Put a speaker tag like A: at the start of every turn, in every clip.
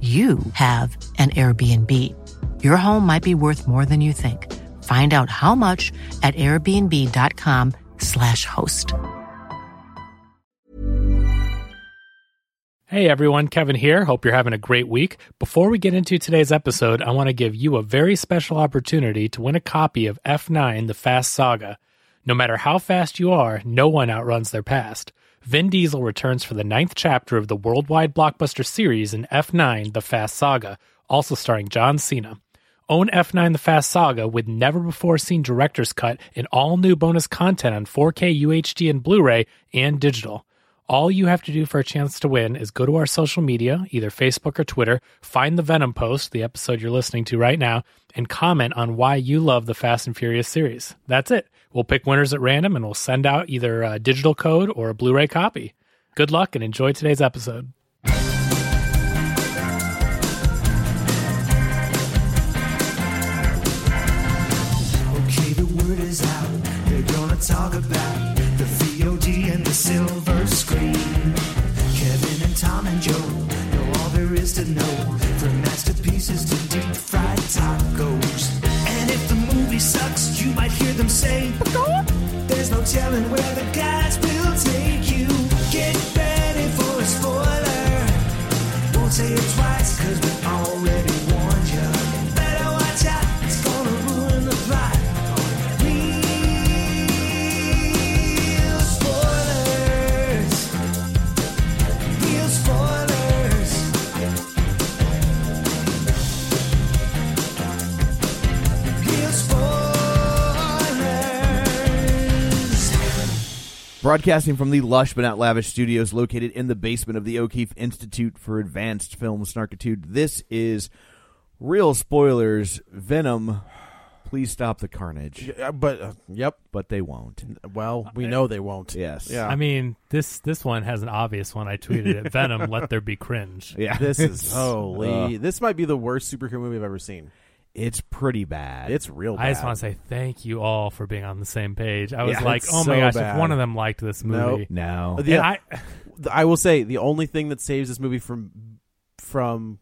A: you have an Airbnb. Your home might be worth more than you think. Find out how much at airbnb.com/slash host.
B: Hey everyone, Kevin here. Hope you're having a great week. Before we get into today's episode, I want to give you a very special opportunity to win a copy of F9 The Fast Saga. No matter how fast you are, no one outruns their past. Vin Diesel returns for the ninth chapter of the worldwide blockbuster series in F9 The Fast Saga, also starring John Cena. Own F9 The Fast Saga with never before seen director's cut and all new bonus content on 4K UHD and Blu ray and digital. All you have to do for a chance to win is go to our social media, either Facebook or Twitter, find the Venom post, the episode you're listening to right now, and comment on why you love the Fast and Furious series. That's it. We'll pick winners at random and we'll send out either a digital code or a Blu ray copy. Good luck and enjoy today's episode.
C: Okay, the word is out. They're gonna talk about the VOD and the silver screen. Kevin and Tom and Joe know all there is to know, from masterpieces to deep fried tacos. And if the movie sucks, you might hear them say, There's no telling where the guys will take you. Get ready for a spoiler. Won't say it twice, cause we already warned ya. Better watch out, it's gonna ruin the plot. Real spoilers. Real spoilers. Real spoilers.
D: Broadcasting from the lush but not lavish studios located in the basement of the O'Keefe Institute for Advanced Film Snarkitude, this is Real Spoilers Venom. Please stop the carnage.
E: Yeah, but uh, yep.
D: But they won't.
B: Uh,
E: Well, we know they won't.
D: Yes.
E: Yeah.
B: I mean, this this one has an obvious one. I tweeted it. Venom, let there be cringe.
D: Yeah.
E: This is
D: Uh,
E: holy. this might be the worst superhero movie I've ever seen.
D: it's pretty bad.
E: It's real. Bad.
B: I just want to say thank you all for being on the same page. I was
D: Yeah,
B: like,
E: it's
B: oh my
E: so
B: gosh, if
E: bad.
B: one of them liked this movie.
E: Nope.
D: no.
B: And
E: Yeah.
B: I,
E: I will say the only thing that saves this movie from from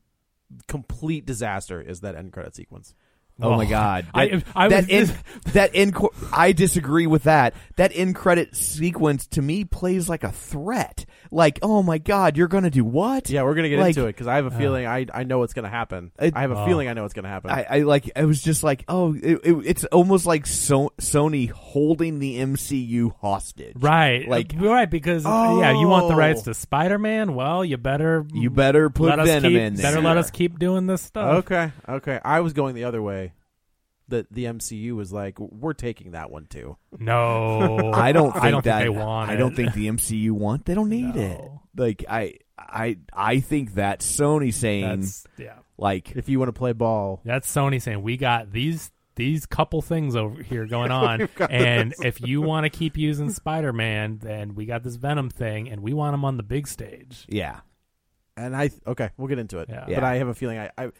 E: complete disaster is that end credit sequence.
D: Oh my
B: Well,
D: god.
B: I-
D: That,
B: I
D: that
B: was-
D: in that in I disagree with that. That in credit sequence to me plays like a threat. Like, oh my god, you're going to do what?
E: Yeah, we're gonna get
D: Like,
E: into it because I have a feeling I I know what's gonna happen.
D: It-
E: I have a
B: Uh. Oh.
E: feeling I know what's gonna happen.
D: I, I like I was just like oh it, it, it's almost like so, Sony holding the MCU hostage
B: right.
D: like
B: right, because, yeah, you want the
E: Oh.
B: rights to Spider Man? Well, you better.
D: you better put
B: let us
D: Venom
B: keep-
D: in there
B: Better let us keep doing this stuff.
E: okay, okay. I was going the other way. That the MCU was like, we're taking that one too.
B: No,
D: I don't think
B: I don't think
D: that
B: they want.
D: I
B: it.
D: don't think the MCU want they don't need it
B: No.
D: like I I I think that Sony saying
B: that's yeah.
D: like
E: If you want to play ball,
B: That's Sony saying we got these these couple things over here going on, and if you want to keep using Spider Man, then we got this Venom thing, and we want him on the big stage.
D: yeah
E: and I okay, we'll get into it.
B: Yeah.
D: Yeah.
E: But I have a feeling I, I,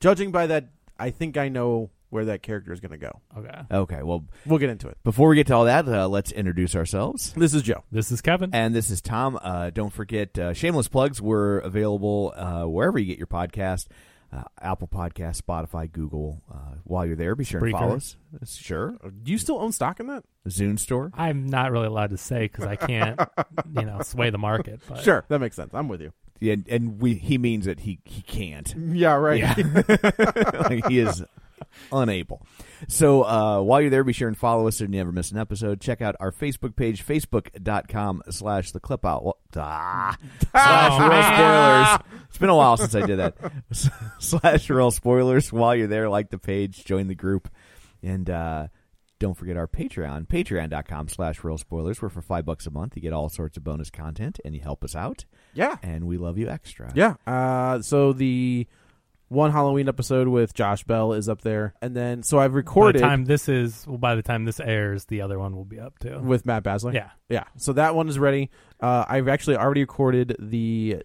E: judging by that, I think I know where that character is going to go.
B: Okay,
D: okay well
E: We'll get into it.
D: before we get to all that uh, let's introduce ourselves
E: This is Joe.
B: this is Kevin.
D: And this is Tom. Uh, don't forget, uh, shameless plugs. We're available uh, wherever you get your podcast, uh, Apple Podcast, Spotify, Google. Uh, while you're there, be sure to
B: Spreaker.
D: follow us. Sure,
E: Do you still own stock in that?
D: Zune Store.
B: I'm not really allowed to say because I can't, you know, sway the market. But
E: Sure, that makes sense. I'm with you.
D: yeah, and we he means that he he can't.
E: Yeah, right.
D: Yeah. Like, he is unable. So uh, while you're there, be sure and follow us so you never miss an episode. Check out our Facebook page, facebook.com slash the clip out. Well, ah, slash real spoilers. It's been a while since I did that. S- slash real spoilers. While you're there, like the page, join the group, and uh, don't forget our Patreon, patreon.com slash real spoilers, where for five bucks a month you get all sorts of bonus content and you help us out.
E: Yeah.
D: And we love you extra.
E: Yeah. Uh, so the one Halloween episode with Josh Bell is up there, and then so I've
B: By the
E: recorded
B: time this is, well, by the time this airs, the other one will be up too.
E: with Matt Basler.
B: Yeah.
E: yeah. So that one is ready. Uh, I've actually already recorded the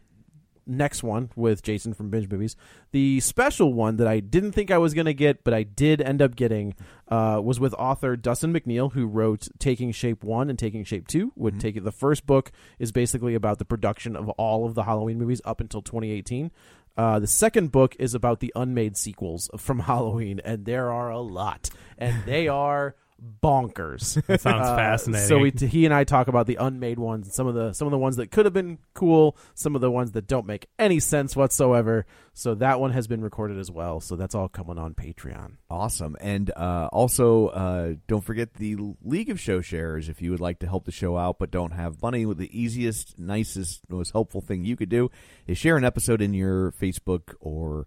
E: next one with Jason from Binge Movies. The special one that I didn't think I was going to get, but I did end up getting, uh, was with author Dustin McNeil, who wrote Taking Shape One and Taking Shape Two. Would
B: Mm-hmm.
E: take it. The first book is basically about the production of all of the Halloween movies up until 2018. Uh, the second book is about the unmade sequels from Halloween, and there are a lot, and they are bonkers.
B: That sounds
E: Uh,
B: fascinating.
E: So we, t- he and I talk about the unmade ones, and some of the some of the ones that could have been cool, some of the ones that don't make any sense whatsoever. So that one has been recorded as well. So that's all coming on Patreon.
D: Awesome. And uh, also, uh, don't forget the League of Show Sharers if you would like to help the show out but don't have money. The easiest, nicest, most helpful thing you could do is share an episode in your Facebook or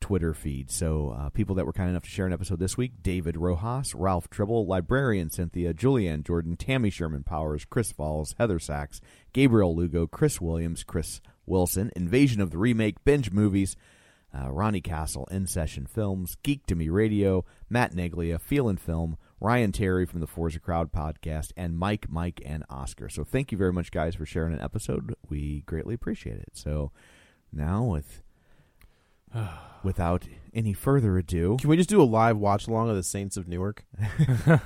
D: Twitter feed. So, uh, people that were kind enough to share an episode this week David Rojas, Ralph Tribble, Librarian Cynthia, Julianne Jordan, Tammy Sherman Powers, Chris Falls, Heather Sachs, Gabriel Lugo, Chris Williams, Chris Wilson, Invasion of the Remake, Binge Movies uh, Ronnie Castle, In Session Films, Geek to Me Radio, Matt Neglia, Feel and Film, Ryan Terry from the Forza Crowd podcast, and Mike, Mike, and Oscar. So thank you very much, guys, for sharing an episode. We greatly appreciate it. So now with without any further ado,
E: Can we just do a live watch along of the Saints of Newark?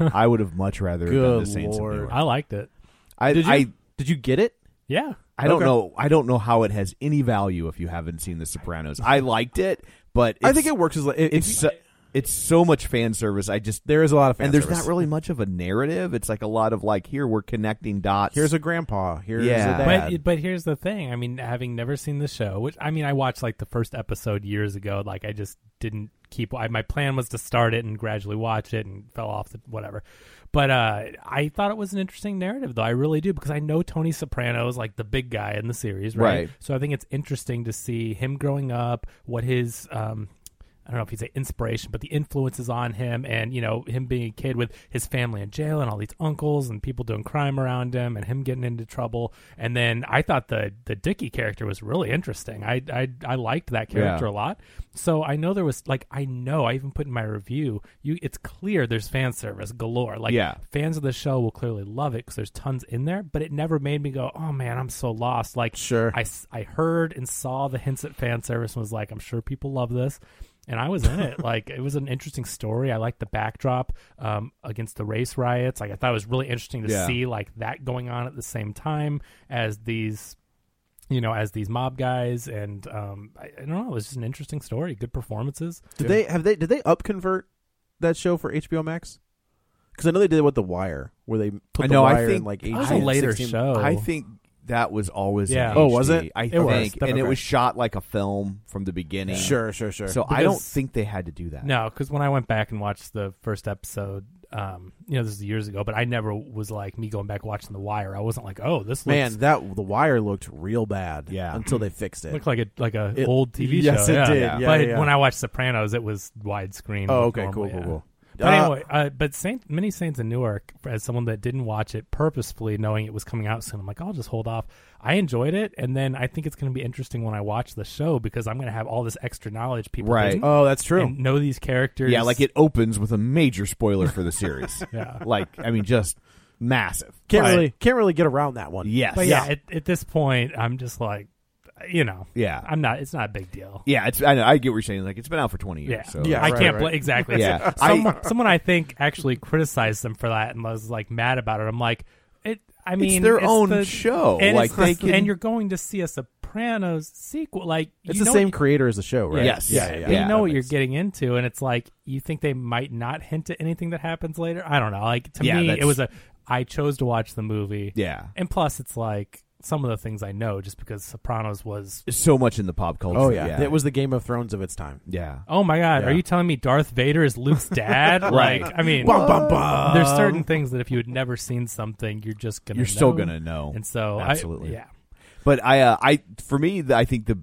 D: I would have much rather have done the
E: Good
D: Saints. of
E: Lord.
D: Newark.
B: I liked it.
D: I,
E: Did you
D: I,
E: did you get it?
B: Yeah.
D: I don't
E: Okay.
D: know. I don't know how it has any value if you haven't seen The Sopranos. I liked it, but
E: I think
D: it's-
E: it works as like it,
D: it's so, it's so much fan service. I just
E: there is a lot of fan
D: and there's
E: service.
D: not really much of a narrative. It's like a lot of like here we're connecting dots.
E: here's a grandpa here's
D: Yeah.
E: a dad.
B: But but here's the thing. I mean, having never seen the show, which I mean, I watched like the first episode years ago. Like I just didn't keep. I, my plan was to start it and gradually watch it, and fell off the whatever. But uh, I thought it was an interesting narrative, though. I really do because I know Tony Soprano is like the big guy in the series, right?
D: Right.
B: So I think it's interesting to see him growing up, what his um, I don't know if he'd say inspiration, but the influences on him, and you know him being a kid with his family in jail and all these uncles and people doing crime around him, and him getting into trouble. And then I thought the the Dicky character was really interesting. I I, I liked that character
D: Yeah.
B: a lot. So I know there was like I know I even put in my review. You, it's clear there's fan service galore. Like
D: Yeah.
B: fans of the show will clearly love it because there's tons in there. But it never made me go, oh man, I'm so lost. Like
E: Sure.
B: I, s- I heard and saw the hints at fan service and was like, I'm sure people love this. And I was in it. Like, it was an interesting story. I liked the backdrop um, against the race riots. Like, I thought it was really interesting to
D: Yeah.
B: see, like, that going on at the same time as these, you know, as these mob guys. And um, I, I don't know. It was just an interesting story. Good performances.
E: did they have they did they up convert that show for HBO Max? Because I know they did it with The Wire, where they put
D: I
E: The
D: know, I
E: Wire in
D: think-
E: like
B: That
E: 18,
B: was a later
E: 16
B: show.
D: I think that was always in
B: Oh. Yeah.
D: HD.
E: Oh, was it?
D: I
B: It
D: think,
B: was.
D: and it
B: Okay.
D: was shot like a film from the beginning.
E: Sure, sure, sure.
D: So I don't
B: Because-
D: think they had to do that.
B: No, because when I went back and watched the first episode, um, you know, this is years ago, but I never was like me going back watching The Wire. I wasn't like, oh, this looks
E: Man, that the wire looked real bad.
D: Yeah.
E: Until they fixed it.
B: looked like a like a
E: It-
B: old TV
E: yes,
B: show.
E: it
B: yeah.
E: did. Yeah,
B: but
E: yeah.
B: when I watched Sopranos, it was widescreen.
E: oh,
B: like
E: okay,
B: normal,
E: cool,
B: yeah.
E: cool, cool.
B: But
E: Uh,
B: anyway, uh, but Saint, many Saints in Newark, as someone that didn't watch it purposefully, knowing it was coming out soon, I'm like, I'll just hold off. I enjoyed it, and then I think it's going to be interesting when I watch the show because I'm going to have all this extra knowledge people
D: Right.
B: didn't,
E: Oh, that's true.
B: and know these characters.
D: Yeah, like it opens with a major spoiler for the series.
B: Yeah.
D: Like I mean, just massive.
E: can't
B: Right.
E: really can't really get around that one.
D: Yes.
B: But yeah, at, at this point, I'm just like, you know,
D: Yeah.
B: I'm not. It's not a big deal.
D: Yeah, it's I know I get what you're saying. Like it's been out for twenty
B: Yeah,
D: years. So
E: Yeah,
B: I
E: right,
B: can't
E: right.
B: bla exactly.
D: Yeah.
B: Some-
D: I-
B: someone I think actually criticized them for that and was like mad about it. I'm like, it. I mean,
D: their own
B: the-
D: show.
B: and
D: Like,
B: it's
D: they
B: the-
D: can-
B: and you're going to see a Sopranos sequel. Like,
E: It's
B: you
E: the
B: know-
E: same creator as the show, right?
D: Yes.
E: Yeah, yeah.
B: you
E: yeah.
D: Yeah.
B: know what
D: that
B: you're
D: makes
B: getting into, and it's like you think they might not hint at anything that happens later. I don't know. Like to
D: Yeah,
B: me,
D: that's-
B: it was a. I chose to watch the movie.
D: Yeah.
B: And plus, it's like some of the things I know just because Sopranos was.
D: so much in the pop culture.
E: Oh yeah.
D: yeah.
E: it was the Game of Thrones of its time.
D: yeah.
B: Oh my God!
D: Yeah.
B: Are you telling me Darth Vader is Luke's dad?
D: Right.
B: Like, I mean,
E: Bum, bum, bum.
B: there's certain things that if you had never seen something, you're just gonna
D: Um, You're
B: know.
D: still gonna know.
B: And so, I-
D: Absolutely.
B: yeah.
D: But I, uh, I, for me, the- I think the,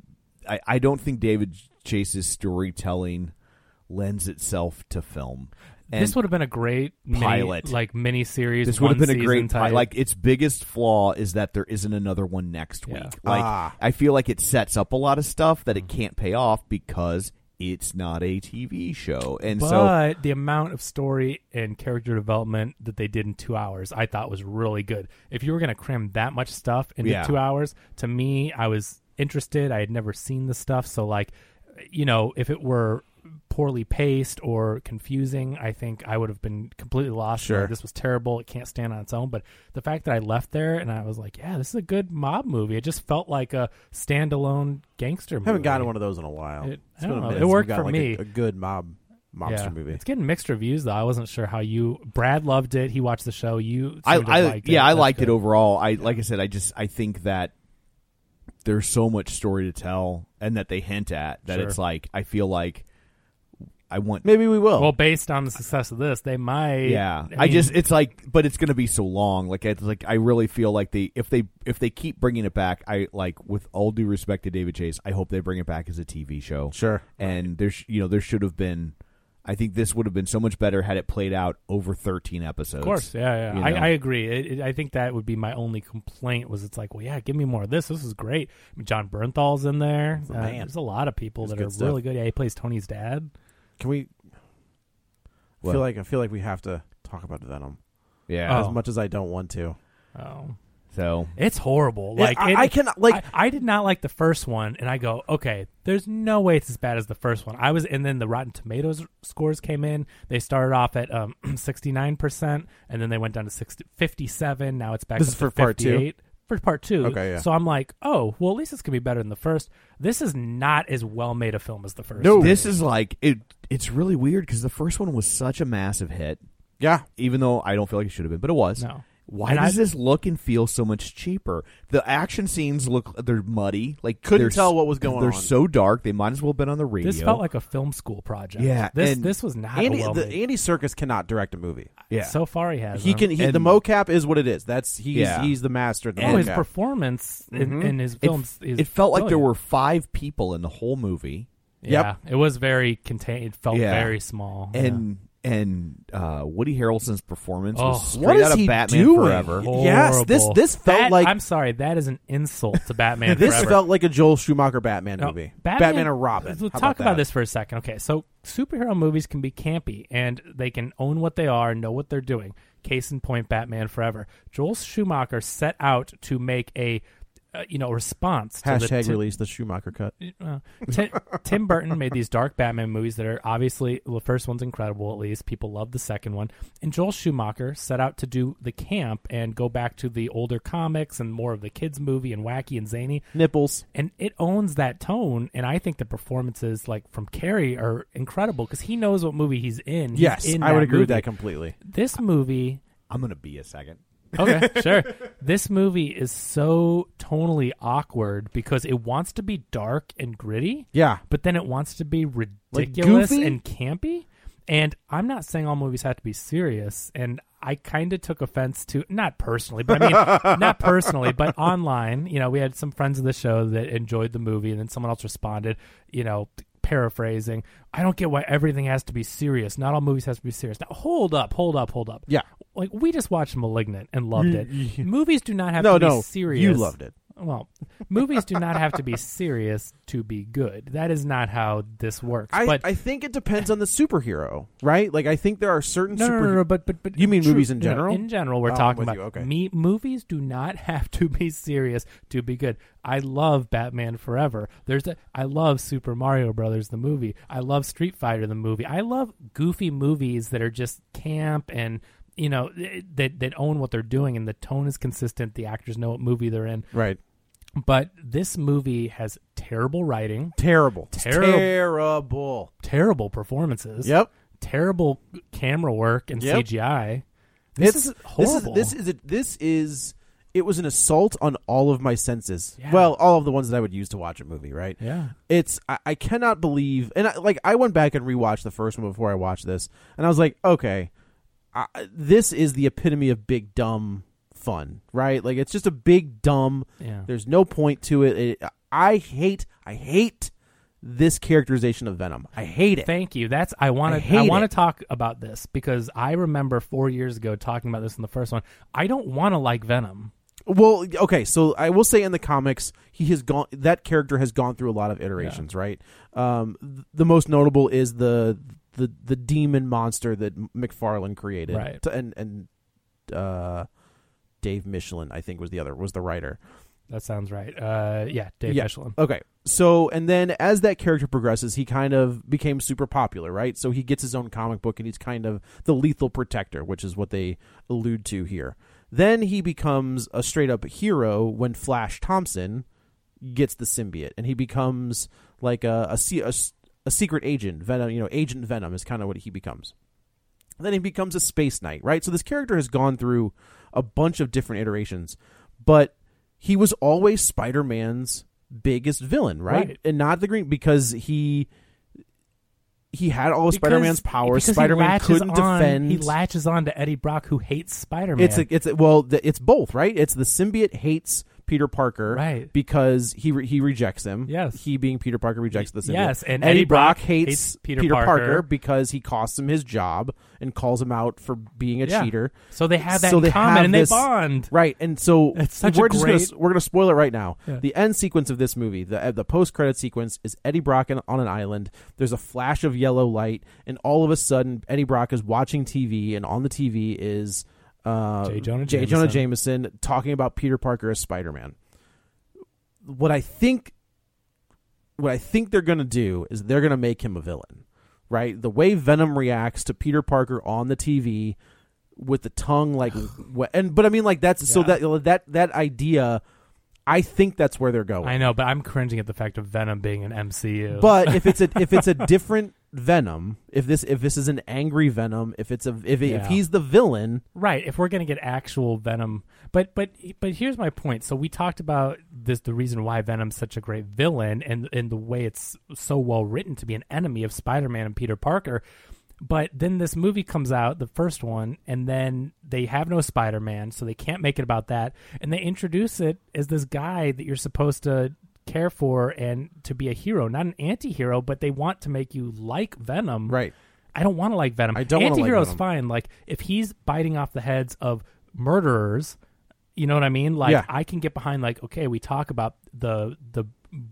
D: I, I don't think David Chase's storytelling lends itself to film. And
B: this would have been a great mini-
D: Pilot.
B: like mini series.
D: this would have
B: one
D: been a
B: season
D: great pi-
B: type.
D: like its biggest flaw is that there isn't another one next
B: Yeah. Mm-hmm.
D: week. Like
E: Ah.
D: I feel like it sets up a lot of stuff that it can't pay off because it's not a TV show, and so
B: But the amount of story and character development that they did in two hours, I thought was really good. If you were going to cram that much stuff into
D: Yeah.
B: two hours, to me, I was interested. I had never seen the stuff, so like, you know, if it were poorly paced or confusing, I think I would have been completely lost.
E: Sure.
B: Like, this was terrible. It can't stand on its own. But the fact that I left there and I was like, yeah, this is a good mob movie. It just felt like a standalone gangster. movie.
E: I haven't gotten one of those in a while.
B: It-
E: It's
B: I
E: been
B: don't
E: a
B: know.
E: minute
B: It
E: since we
B: worked
E: got,
B: for
E: like,
B: me.
E: A, a good mob mobster
B: Yeah.
E: movie.
B: It's getting mixed reviews though. I wasn't sure how you Brad loved it. He watched the show. You
D: I,
B: seemed to
D: I
B: have liked it.
D: yeah, I
B: That's
D: liked
B: good.
D: it overall. I like I said, I just I think that there's so much story to tell and that they hint at that
B: Sure.
D: it's like I feel like I want
E: Maybe we will.
B: Well, based on the success of this, they might.
D: Yeah, I,
B: mean,
D: just it's like, but it's gonna be so long. Like, it's like I really feel like they if they if they keep bringing it back, I like with all due respect to David Chase, I hope they bring it back as a TV show.
E: Sure.
D: And there's you know there should have been, I think this would have been so much better had it played out over thirteen episodes.
B: Of course, yeah, yeah.
D: you
B: I,
D: know.
B: I agree. It, it, I think that would be my only complaint was it's like, well, yeah, give me more of this. This is great. I mean, John Bernthal's in there. Uh,
E: man.
B: there's a lot of people that
E: That's good
B: are
E: stuff.
B: really good. Yeah, he plays Tony's dad.
E: Can we? I
D: What?
E: feel like I feel like we have to talk about Venom
D: Yeah.
E: as
B: Oh.
E: much as I don't want to.
B: Oh,
D: So
B: it's horrible.
E: Yeah,
B: Like
E: I-
B: it-
E: I cannot- like-
B: I, I did not like the first one, and I go, okay, there's no way it's as bad as the first one. I was, and then the Rotten Tomatoes scores came in. They started off at um 69 percent, and then they went down to 60, 57. Now it's back.
E: This
B: up
E: is
B: to
E: for part two?
B: 58. For part two,
E: Okay, yeah.
B: So I'm like, oh, well, at least this could be better than the first. This is not as well made a film as the first. one.
D: this is like it. It's really weird because the first one was such a massive hit,
E: Yeah,
D: even though I don't feel like it should have been, but it was.
B: No.
D: Why
B: And
D: does
B: I-
D: this look and feel so much cheaper? The action scenes look they're muddy. Like
E: Couldn't
D: they're
E: tell
D: s-
E: what was going
D: They're
E: on.
D: so dark. They might as well have been on the radio.
B: This felt like a film school project.
D: Yeah,
B: this
D: and
B: this was not
E: Andy,
B: well
E: the,
B: made.
E: Andy Circus cannot direct a movie.
D: yeah.
B: So far, he has.
E: He can. He, the
D: And-
E: mocap is what it is. That's he's
D: Yeah.
E: he's the master. At the
B: Oh, his
E: mocap.
B: performance in,
E: Mm-hmm.
B: in his
D: it,
B: films. is
D: it felt like there
B: brilliant.
D: were five people in the whole movie,
B: Yeah, it was very contained. It felt
D: Yeah.
B: very small.
D: and and uh, Woody Harrelson's performance
B: Oh.
D: was straight
E: What is
D: out of
E: he
D: Batman
E: doing?
D: Forever.
B: yeah.
E: Yes, this-
B: Horrible.
E: this felt
B: That-
E: like-
B: I'm sorry, that is an insult to Batman.
E: This
B: Forever.
E: felt like a Joel Schumacher Batman
B: No,
E: movie. or Robin.
B: Let's
E: How
B: talk about
E: that?
B: this for a second. Okay, so superhero movies can be campy, and they can own what they are, know what they're doing. Case in point, Batman Forever. Joel Schumacher set out to make a, uh, you know, response to the
E: Hashtag
B: to-
E: release the Schumacher cut.
B: uh, Tim, Tim Burton made these dark Batman movies that are obviously well, the first one's incredible. At least people love the second one. And Joel Schumacher set out to do the camp and go back to the older comics and more of the kids movie and wacky and zany.
E: Nipples.
B: And it owns that tone. And I think the performances like from Carrie are incredible because he knows what movie he's in. He's
E: Yes,
B: in
E: I would agree with
B: movie.
E: that completely.
B: This movie
D: I'm gonna be a second.
B: Okay, sure. This movie is so tonally awkward because it wants to be dark and gritty.
E: Yeah.
B: But then it wants to be ridiculous
E: goofy?
B: and campy. And I'm not saying all movies have to be serious. And I kind of took offense to, not personally, but I mean, not personally, but online. You know, we had some friends of the show that enjoyed the movie, and then someone else responded, you know, paraphrasing, I don't get why everything has to be serious. Not all movies has to be serious. Now, hold up, hold up, hold up
E: Yeah.
B: like we just watched Malignant and loved it. movies do not have
E: No,
B: to be
E: no,
B: serious.
E: you loved it.
B: Well, movies do not have to be serious to be good. That is not how this works.
E: I,
B: but
E: I think it depends on the superhero, right? Like I think there are certain
B: no, no,
E: super.
B: no, no, but but but
E: You mean
B: true-
E: movies in
B: no,
E: general?
B: in general, we're
E: Oh, I'm
B: talking
E: with
B: about
E: you, okay.
B: me. Movies do not have to be serious to be good. I love Batman Forever. There's a, I love Super Mario Brothers the movie. I love Street Fighter the movie. I love goofy movies that are just camp and you know th- that that own what they're doing and the tone is consistent. The actors know what movie they're in.
E: Right.
B: But this movie has terrible writing,
E: Terrible.
B: Terrible.
E: Terrible.
B: terrible performances,
E: Yep.
B: terrible camera work and
E: Yep.
B: CGI. This is horrible.
E: This is, this is a, this is it was an assault on all of my senses. Well, all of the ones that I would use to watch a movie, right?
B: Yeah.
E: It's I, I cannot believe, and I, like I went back and rewatched the first one before I watched this, and I was like, okay, I, this is the epitome of big dumb fun, right? Like it's just a big dumb.
B: Yeah.
E: There's no point to it. it I hate. I hate this characterization of Venom. I hate it.
B: Thank you. That's I want
E: I
B: to. I,
E: hate
B: want to
E: it.
B: talk about this because I remember four years ago talking about this in the first one. I don't want to like Venom.
E: Well, okay, so I will say in the comics, he has gone. That character has gone through a lot of iterations, right? Um, th- the most notable is the the the demon monster that M- McFarlane created,
B: Right.
E: T- And and uh, Dave Michelin, I think, was the other was the writer.
B: That sounds right. Uh, yeah, Dave
E: Yeah.
B: Michelin.
E: Okay. So, and then as that character progresses, he kind of became super popular, right? So he gets his own comic book and he's kind of the lethal protector, which is what they allude to here. Then he becomes a straight up hero when Flash Thompson gets the symbiote and he becomes like a, a, se- a s- a secret agent. Venom, you know, Agent Venom is kind of what he becomes. Then he becomes a space knight, right? So this character has gone through a bunch of different iterations, but he was always Spider Man's biggest villain, right?
B: Right.
E: And not the green because he he had all of
B: Because-
E: Spider Man's powers.
B: because he
E: Spider Man
B: latches
E: couldn't
B: on-
E: defend.
B: He latches on to Eddie Brock, who hates Spider Man.
E: it's a, it's a, well, the, it's both, right? It's the symbiote hates Peter Parker,
B: Right.
E: Because he re- he rejects him.
B: Yes.
E: he being Peter Parker rejects the symbiote.
B: Yes, and
E: Eddie,
B: Eddie
E: Brock,
B: Brock
E: hates,
B: hates
E: Peter,
B: Peter
E: Parker.
B: Parker.
E: because he costs him his job and calls him out for being a
B: Yeah.
E: cheater.
B: So they have that
E: So
B: in
E: they have
B: common, and they
E: this-
B: bond.
E: Right, and so
B: It's such a
E: we're just
B: great-
E: gonna, we're gonna spoil it right now.
B: Yeah.
E: The end sequence of this movie, the uh, the post credit sequence, is Eddie Brock in- on an island. There's a flash of yellow light, and all of a sudden, Eddie Brock is watching TV, and on the TV is uh,
B: J. Jonah
E: J. Jonah Jameson talking about Peter Parker as Spider Man. What I think, what I think they're gonna do is they're gonna make him a villain, right? The way Venom reacts to Peter Parker on the TV with the tongue like wh- and but i mean like that's so
B: Yeah.
E: that that that idea i think that's where they're going
B: I know, but I'm cringing at the fact of Venom being an MCU.
E: but if it's a if it's a different venom if this if this is an angry venom if it's a if, if
B: Yeah.
E: he's the villain
B: Right, if we're going to get actual Venom, but but but here's my point. So we talked about this the reason why Venom's such a great villain and and the way it's so well written to be an enemy of Spider-Man and Peter Parker. But then this movie comes out, the first one, and then they have no Spider-Man, so they can't make it about that. And they introduce it as this guy that you're supposed to care for and to be a hero, not an anti-hero, but they want to make you like Venom. I don't want to like Venom.
E: I don't wanna like
B: Antihero's
E: Venom.
B: fine. Like if he's biting off the heads of murderers, you know what I mean? Like
E: Yeah.
B: I can get behind like okay, we talk about the the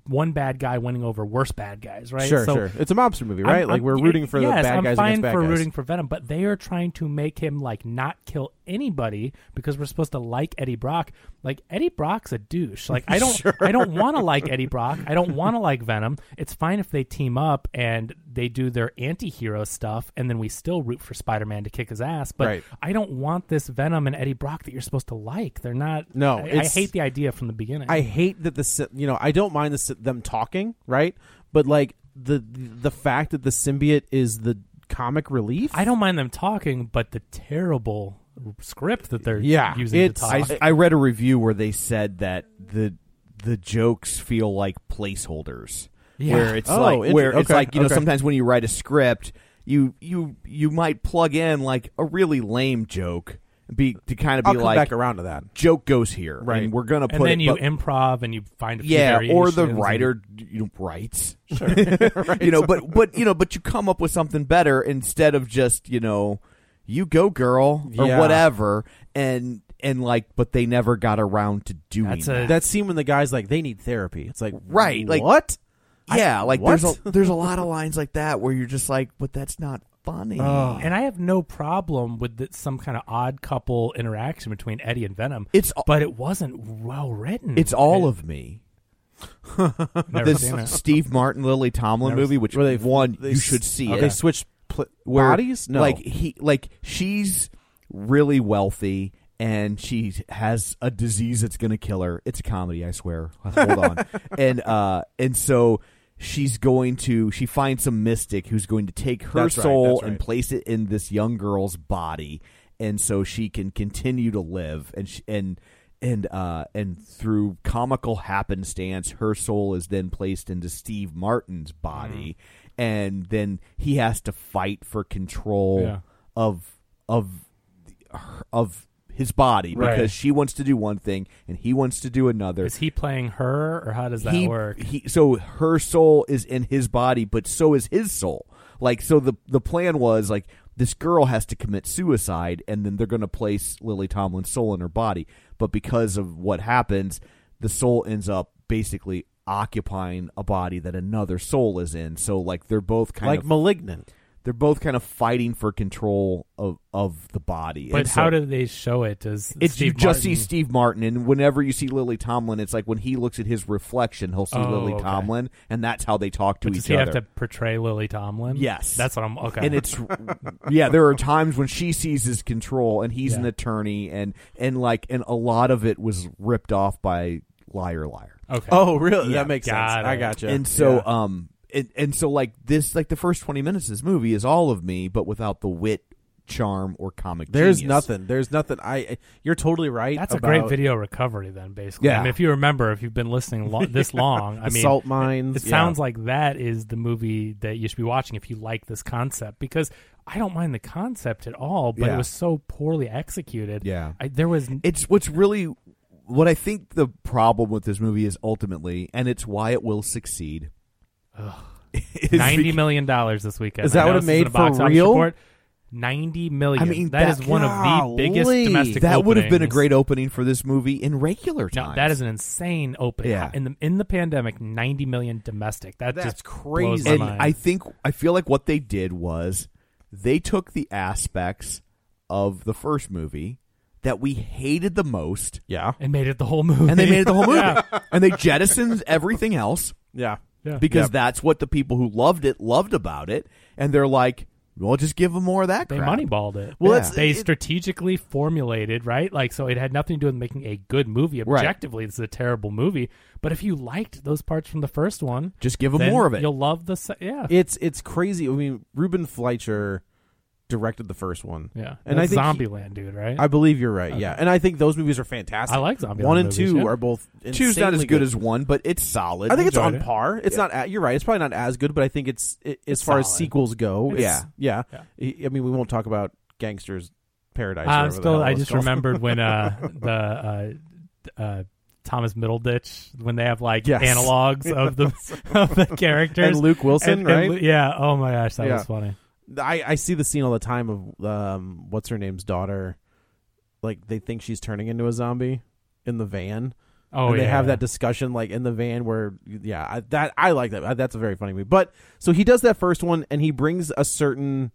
B: one bad guy winning over worse bad guys, right?
E: sure
B: So
E: sure it's a mobster movie
B: I'm-
E: right like
B: I'm-
E: we're rooting for
B: yes,
E: the bad
B: I'm
E: guys
B: fine
E: against bad
B: for
E: guys
B: rooting for Venom, but they are trying to make him like not kill anybody because we're supposed to like Eddie Brock. Like Eddie Brock's a douche. Like I don't, I don't want to like Eddie Brock. I don't want to like Venom. It's fine if they team up and they do their anti-hero stuff, and then we still root for Spider-Man to kick his ass. But
E: Right.
B: I don't want this Venom and Eddie Brock that you're supposed to like. They're not.
E: No,
B: I, I
E: it's-
B: hate the idea from the beginning.
E: I hate that the sy- you know I don't mind the sy- them talking right, but like the the fact that the symbiote is the comic relief.
B: I don't mind them talking, but the terrible script that they're
E: Yeah,
B: using
E: it's-
B: to talk.
D: I,
E: I-
D: I read a review where they said that the the jokes feel like placeholders.
B: Yeah.
D: Where it's
E: Oh,
D: like
E: it-
D: where it's
E: okay,
D: like you know
E: okay.
D: sometimes when you write a script you you you might plug in like a really lame joke be to kind of be
E: I'll come
D: like
E: back around to that.
D: joke goes here
E: Right.
D: and we're gonna put
B: and then
D: it
B: you
D: but-
B: improv and you find a few
D: yeah or
B: variations
D: the
B: and-
D: writer you know, writes you know but but you know but you come up with something better instead of just you know you go girl or
E: Yeah.
D: whatever and and like but they never got around to doing
B: That's a-
D: that.
E: That scene when the guy's like they need therapy. It's like
D: Right, like-
E: what?
D: yeah like
E: what?
D: there's a there's a lot of lines like that where you're just like but that's not funny
B: Oh. and I have no problem with the, some kind of odd couple interaction between Eddie and Venom.
D: It's-
B: but it wasn't well written.
D: it's all of me
B: I've never
D: this
B: seen it.
D: Steve Martin Lily Tomlin
B: Never-
D: movie which
E: where they-
D: one
E: they
D: you
E: s-
D: should see
E: They
D: it.
E: switch pl-
D: where
E: bodies. No,
D: like he like she's really wealthy and she has a disease that's going to kill her it's a comedy i swear hold on and uh and so she's going to she finds some mystic who's going to take her
E: That's right,
D: soul
E: that's right.
D: and place it in this young girl's body and so she can continue to live and she, and and uh, and through comical happenstance, her soul is then placed into Steve Martin's body,
B: Mm-hmm.
D: and then he has to fight for control
B: Yeah.
D: of of her- of his body
B: Right.
D: because she wants to do one thing and he wants to do another.
B: Is he playing her, or how does that
D: he,
B: work?
D: he- so her soul is in his body, but so is his soul. Like so, the the plan was like this girl has to commit suicide, and then they're going to place Lily Tomlin's soul in her body. But because of what happens, the soul ends up basically occupying a body that another soul is in. So like they're both kind
E: like
D: of
E: malignant.
D: they're both kind of fighting for control of of the body.
B: But
D: And so-
B: how do they show it? Does
D: it's
B: Steve
D: you just
B: Martin-
D: see Steve Martin, and whenever you see Lily Tomlin, it's like when he looks at his reflection, he'll see
B: Oh,
D: Lily
B: okay.
D: Tomlin, and that's how they talk to
B: But
D: each
B: does he
D: other.
B: have to portray Lily Tomlin?
D: Yes.
B: that's what I'm. Okay,
D: And it's yeah, there are times when she seizes control, and he's an
B: Yeah.
D: attorney, and and like and a lot of it was ripped off by Liar Liar.
B: okay.
E: Oh, really?
D: Yeah.
E: that makes
B: Got
E: sense.
B: it.
E: I gotcha.
D: And so,
E: Yeah.
D: um, and, and so like this, like the first twenty minutes of this movie is all of me, but without the wit, charm, or comic.
E: there's
D: genius.
E: nothing. There's nothing. I. You're totally right.
B: That's a
E: about
B: great video recovery, then, basically. I
D: Yeah.
B: mean, if you remember, if you've been listening lo- this long, I mean,
E: Salt mines.
B: It
E: yeah.
B: sounds like that is the movie that you should be watching if you like this concept because I don't mind the concept at all, but it
D: Yeah.
B: was so poorly executed.
D: Yeah.
B: I, there was
D: it's what's really what I think the problem with this movie is ultimately, and it's why it will succeed. is
B: ninety
D: beca-
B: million dollars this weekend.
E: Is that
B: I know
E: what it
B: this
E: made
B: isn't a box
E: for
B: office
E: real?
B: report. Ninety million.
D: I mean,
B: that
D: that-
B: is one of the biggest
E: golly.
B: domestic.
D: That would have been a
B: openings.
D: great opening for this movie in regular
B: No,
D: time.
B: that is an insane opening.
D: Yeah.
B: In the in the pandemic, ninety million domestic. That
E: That's
B: just blows my
E: crazy.
D: and
B: mind.
D: I think I feel like what they did was they took the aspects of the first movie that we hated the most,
E: Yeah.
B: and made it the whole movie.
D: and they made it the whole movie,
B: Yeah.
D: and they jettisoned everything else.
E: Yeah.
B: Yeah.
D: because
E: Yep.
D: that's what the people who loved it loved about it, and they're like, "Well, just give them more of that."
B: They
D: crap.
B: moneyballed it.
D: Well,
B: Well,
D: it's-
B: they
D: it-
B: strategically formulated, right? Like, so it had nothing to do with making a good movie.
D: Right.
B: Objectively, this is a terrible movie. But if you liked those parts from the first one,
D: Just give them
B: then
D: more of it.
B: You'll love the se- yeah.
E: It's it's crazy. I mean, Ruben Fleischer directed the first one.
B: yeah,
E: And
B: That's
E: I think he-
B: Zombieland, dude, right?
E: I believe you're right. Yeah, and I think those movies are fantastic.
B: I like zombie
E: one and
B: movies,
E: two
B: yeah. Uh,
E: are both.
D: Two's not as
E: insanely
D: good as one, but it's solid.
E: I think it's
B: Enjoyed
E: on
B: it.
E: par. It's not. At, you're right. It's probably not as good, but I think it's it, as far as
B: solid.
E: sequels go.
D: It's-
E: it's- yeah,
B: Yeah.
E: I- I mean, we won't talk about Gangsters Paradise. or
B: I'm
E: whatever the hell
B: still.
E: it
B: I
E: was
B: just
E: called.
B: remembered when uh, the uh, uh, Thomas Middleditch when they have like
E: Yes.
B: analogs of the of the characters
E: and Luke Wilson,
B: And-
E: right?
B: and Lu- yeah. Oh my gosh, that
E: Yeah.
B: was funny.
E: I I see the scene all the time of um what's her name's daughter, like they think she's turning into a zombie in the van.
B: Oh,
E: and
B: yeah.
E: they have
B: yeah.
E: that discussion like in the van where yeah I, that i like that that's a very funny movie but so he does that first one and he brings a certain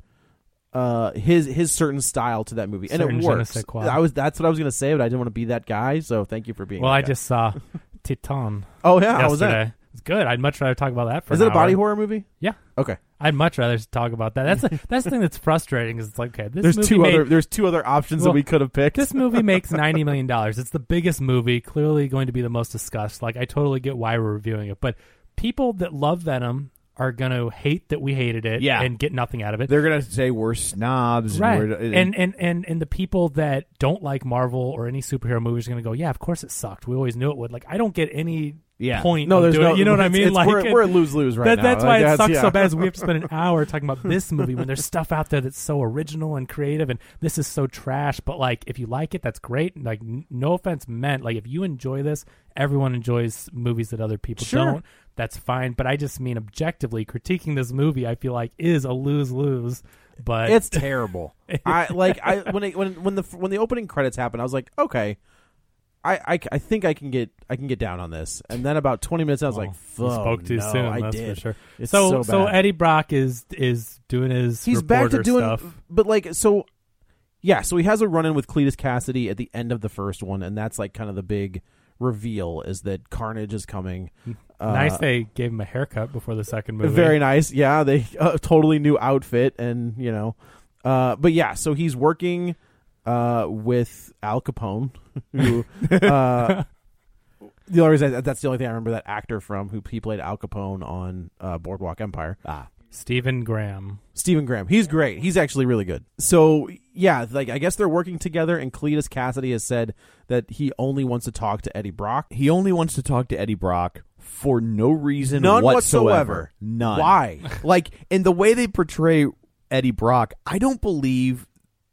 E: uh his his certain style to that movie and
B: Certain
E: it
B: je ne
E: works
B: sais quoi.
E: i was that's what i was gonna say but i didn't want to be that guy so thank you for being
B: Well,
E: that
B: I
E: guy.
B: just saw Titan
E: oh yeah how was that
B: yesterday. It's good. I'd much rather talk about that for
E: is
B: an
E: it a body
B: hour.
E: horror movie
B: Yeah.
E: okay
B: I'd much rather talk about that. That's the, that's the thing that's frustrating is it's like okay, this
E: there's
B: movie
E: two
B: made-
E: other there's two other options
B: Well,
E: that we could have picked
B: this movie makes ninety million dollars. It's the biggest movie, clearly going to be the most discussed. Like I totally get why we're reviewing it, but people that love Venom are gonna hate that we hated it
D: Yeah.
B: and get nothing out of it.
D: They're gonna say we're snobs,
B: right.
D: And, we're,
B: and, and and and the people that don't like Marvel or any superhero movies are gonna go, yeah, of course it sucked. We always knew it would. Like I don't get any
D: Yeah.
B: point.
E: no
B: of
E: there's
B: doing-
E: no
B: You know what I
E: it's-
B: mean?
E: it's-
B: like
E: we're, we're at lose lose right
B: that,
E: now
B: That's
E: Like,
B: why it
E: that's-
B: sucks so
E: yeah.
B: bad. Is we have to spend an hour talking about this movie when there's stuff out there that's so original and creative, and this is so trash. But like, if you like it, that's great. Like, n- no offense meant. Like, if you enjoy this, everyone enjoys movies that other people
E: Sure.
B: don't. That's fine. But I just mean objectively critiquing this movie. I feel like is a lose lose. But
E: It's terrible. I like I when it, when when the when the opening credits happened, I was like, okay, I, I, I think I can get I can get down on this. And then about twenty minutes, I was
B: Well,
E: like,
B: you
E: fuck,
B: Oh, spoke too
E: no,
B: soon.
E: I
B: that's
E: did.
B: for sure.
E: It's
B: so
E: so
B: so
E: bad.
B: Eddie Brock is is doing his
E: He's back to
B: reporter
E: doing,
B: stuff.
E: but like so, yeah. So he has a run in with Cletus Cassidy at the end of the first one, and that's like kind of the big reveal is that Carnage is coming. Uh,
B: nice they gave him a haircut before the second movie.
E: Very nice. Yeah, they uh, totally new outfit and, you know. Uh but yeah, so he's working uh with Al Capone who uh the only reason that's the only thing I remember that actor from who he played Al Capone on uh Boardwalk Empire.
D: ah,
B: Stephen Graham.
D: Stephen Graham. He's great. He's actually really good. So yeah, like I guess they're working together. And Cletus Cassidy has said that he only wants to talk to Eddie Brock.
C: He only wants to talk to Eddie Brock for no reason
D: None
C: whatsoever.
D: whatsoever.
C: None.
D: Why?
C: like in the way they portray Eddie Brock, I don't believe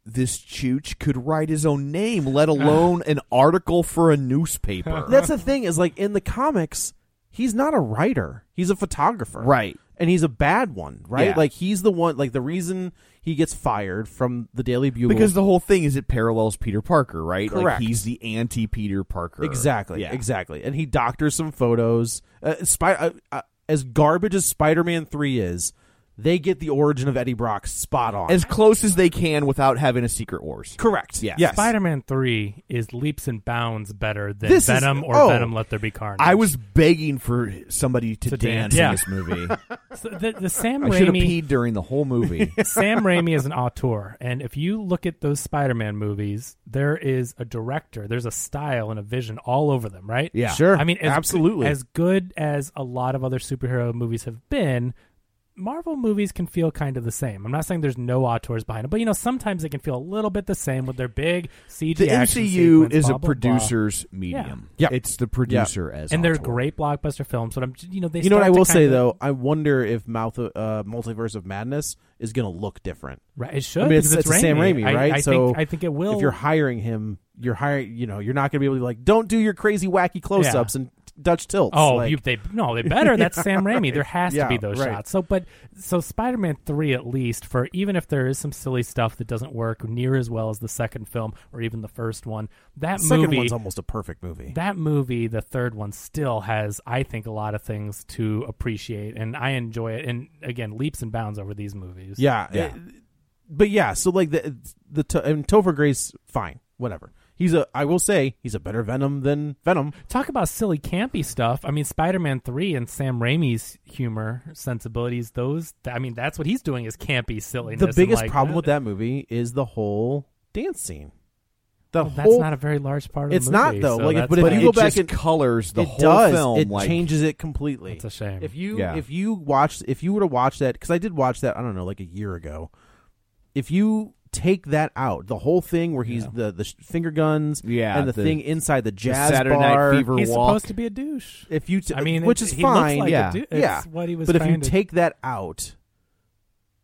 C: this chooch could write his own name, let alone an article for a newspaper.
D: That's the thing is like in the comics, he's not a writer. He's a photographer.
C: right.
D: And he's a bad one, right?
C: Yeah.
D: Like he's the one like the reason he gets fired from the Daily Bugle
C: Because the whole thing is it parallels Peter Parker, right?
D: Correct.
C: Like he's the anti Peter Parker.
D: Exactly.
C: Yeah.
D: Exactly. And he doctors some photos. Uh, Spy- uh, uh, as garbage as Spider-Man 3 is, they get the origin of Eddie Brock spot on.
C: As close as they can without having a secret wars.
D: correct.
C: Yes.
D: Yes.
B: Spider Man 3 is leaps and bounds better than
D: This is-
B: Venom or
D: oh.
B: Venom Let There Be Carnage.
C: I was begging for somebody to,
B: To dance.
C: dance,
B: Yeah.
C: in this movie.
B: So the, the Sam
C: I should have
B: Raimi
C: peed during the whole movie.
B: Sam Raimi is an auteur, and if you look at those Spider-Man movies, there is a director, there's a style and a vision all over them, right?
C: Yeah.
D: Sure.
B: I mean, as,
D: Absolutely.
B: as good as a lot of other superhero movies have been, Marvel movies can feel kind of the same. I'm not saying there's no auteurs behind it, but you know, sometimes they can feel a little bit the same with their big CG.
C: the
B: action
C: MCU
B: sequence,
C: is
B: blah, blah,
C: a
B: blah.
C: producer's medium.
D: Yeah.
C: It's the producer as
B: and they're
C: auteur.
B: great blockbuster films. But I'm, you know, they
D: you know what I
B: start to
D: will say
B: kinda-
D: though, I wonder if Mouth of- uh, Multiverse of Madness is going to look different.
B: right, it should.
D: I mean, it's,
B: because
D: it's Sam Raimi,
B: I-
D: right?
B: I,
D: so
B: think, I think it will.
D: If you're hiring him, you're hiring. You know, you're not going to be able to be like, don't do your crazy wacky close-ups and Dutch tilts.
B: Oh,
D: like,
B: you, they no, they better. That's Sam Raimi. There has
D: Yeah,
B: to be those
D: right.
B: shots. So, but so Spider-Man three at least for even if there is some silly stuff that doesn't work near as well as the second film or even the first one, that
D: second
B: movie,
D: one's almost a perfect movie.
B: that movie, the third one still has, I think, a lot of things to appreciate, and I enjoy it. And again, leaps and bounds over these movies.
D: Yeah,
C: Yeah.
D: it- but yeah, so like the the To- and Topher Grace, fine, whatever. He's a. I will say he's a better Venom than Venom.
B: Talk about silly, campy stuff. I mean, Spider-Man three and Sam Raimi's humor sensibilities. Those, I mean, that's what he's doing is campy silliness.
D: The
B: and,
D: biggest
B: like, uh,
D: problem with that movie is the whole dance scene. The
B: Well,
D: whole
B: that's not a very large part of
D: It's
B: the movie.
D: not, though.
B: so
D: Like,
B: that's
D: but if
C: But
B: why-
D: you
C: it
D: go back
C: just
D: and-
C: colors the
D: it
C: whole
D: does.
C: film.
D: it
C: like,
D: changes it completely.
B: It's a shame.
D: If you
C: Yeah.
D: if you watched if you were to watch that because I did watch that I don't know like a year ago. If you take that out, the whole thing where he's the the sh- finger guns,
C: Yeah,
D: and the,
C: the-
D: thing inside the
C: the
D: jazz
C: Saturday
D: bar.
C: Night Fever
B: he's
C: walk.
B: supposed to be a douche.
D: If you, t-
B: I mean,
D: which
B: it-
D: is
B: he looks
D: fine,
B: like a
C: yeah.
B: du- it's
D: yeah.
B: what he was
D: but if you
B: trying to-
D: take that out,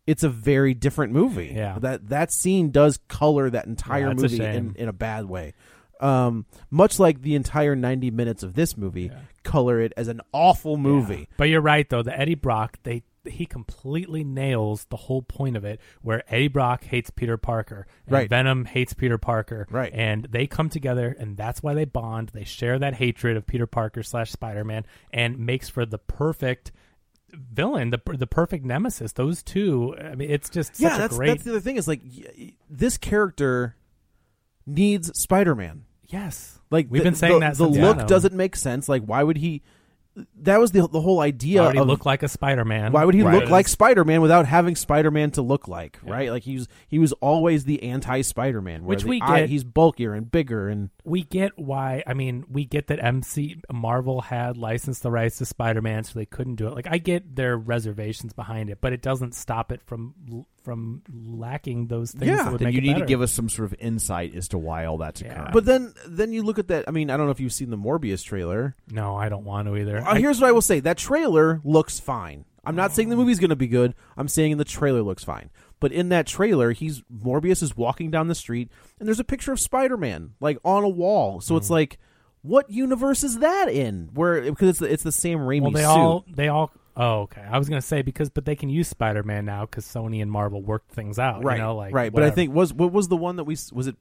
D: it's a very different movie.
B: Yeah.
D: that that scene does color that entire
B: Yeah, it's a
D: movie in,
B: shame.
D: in a bad way. Um, much like the entire ninety minutes of this movie color it as an awful movie.
B: But you're right though. The Eddie Brock, they he completely nails the whole point of it, where Eddie Brock hates Peter Parker, and
D: Right.
B: Venom hates Peter Parker,
D: Right.
B: And they come together, and that's why they bond. They share that hatred of Peter Parker slash Spider Man, and makes for the perfect villain, the the perfect nemesis. Those two, I mean, it's just such
D: yeah,
B: a
D: that's
B: great.
D: that's the other thing is like y- y- this character needs Spider-Man.
B: yes,
D: Like
B: we've
D: the-
B: been saying
D: the,
B: that
D: the
B: since
D: look
B: Venom.
D: doesn't make sense. Like why would he? That was the the whole idea
B: Why would he
D: of
B: look like a Spider Man?
D: why would he
C: Right.
D: look like Spider-Man without having Spider-Man to look like? Right, like he was he was always the anti-Spider-Man. where
B: Which
D: the
B: we
D: eye-
B: get.
D: he's bulkier and bigger and
B: we get why i mean we get that mc marvel had licensed the rights to spider-man so they couldn't do it like i get their reservations behind it but it doesn't stop it from from lacking those things that would
C: then
B: make
C: you
B: it
C: need
B: better.
C: to give us some sort of insight as to why all that's occurring.
D: but then then you look at that. I mean, I don't know if you've seen the Morbius trailer.
B: no i don't want to either
D: Uh,
B: I-
D: here's what I will say: that trailer looks fine. I'm not saying the movie's going to be good. I'm saying the trailer looks fine. But in that trailer, he's Morbius is walking down the street, and there's a picture of Spider-Man like on a wall. So
B: Mm-hmm.
D: it's like, what universe is that in? Where because it's the, it's the Sam Raimi
B: well they
D: suit.
B: all they all oh okay i was gonna say because but they can use spider-man now because sony and marvel worked things out
D: right,
B: you know like
D: right. But I
B: whatever.
D: think was what was the one that we s- was it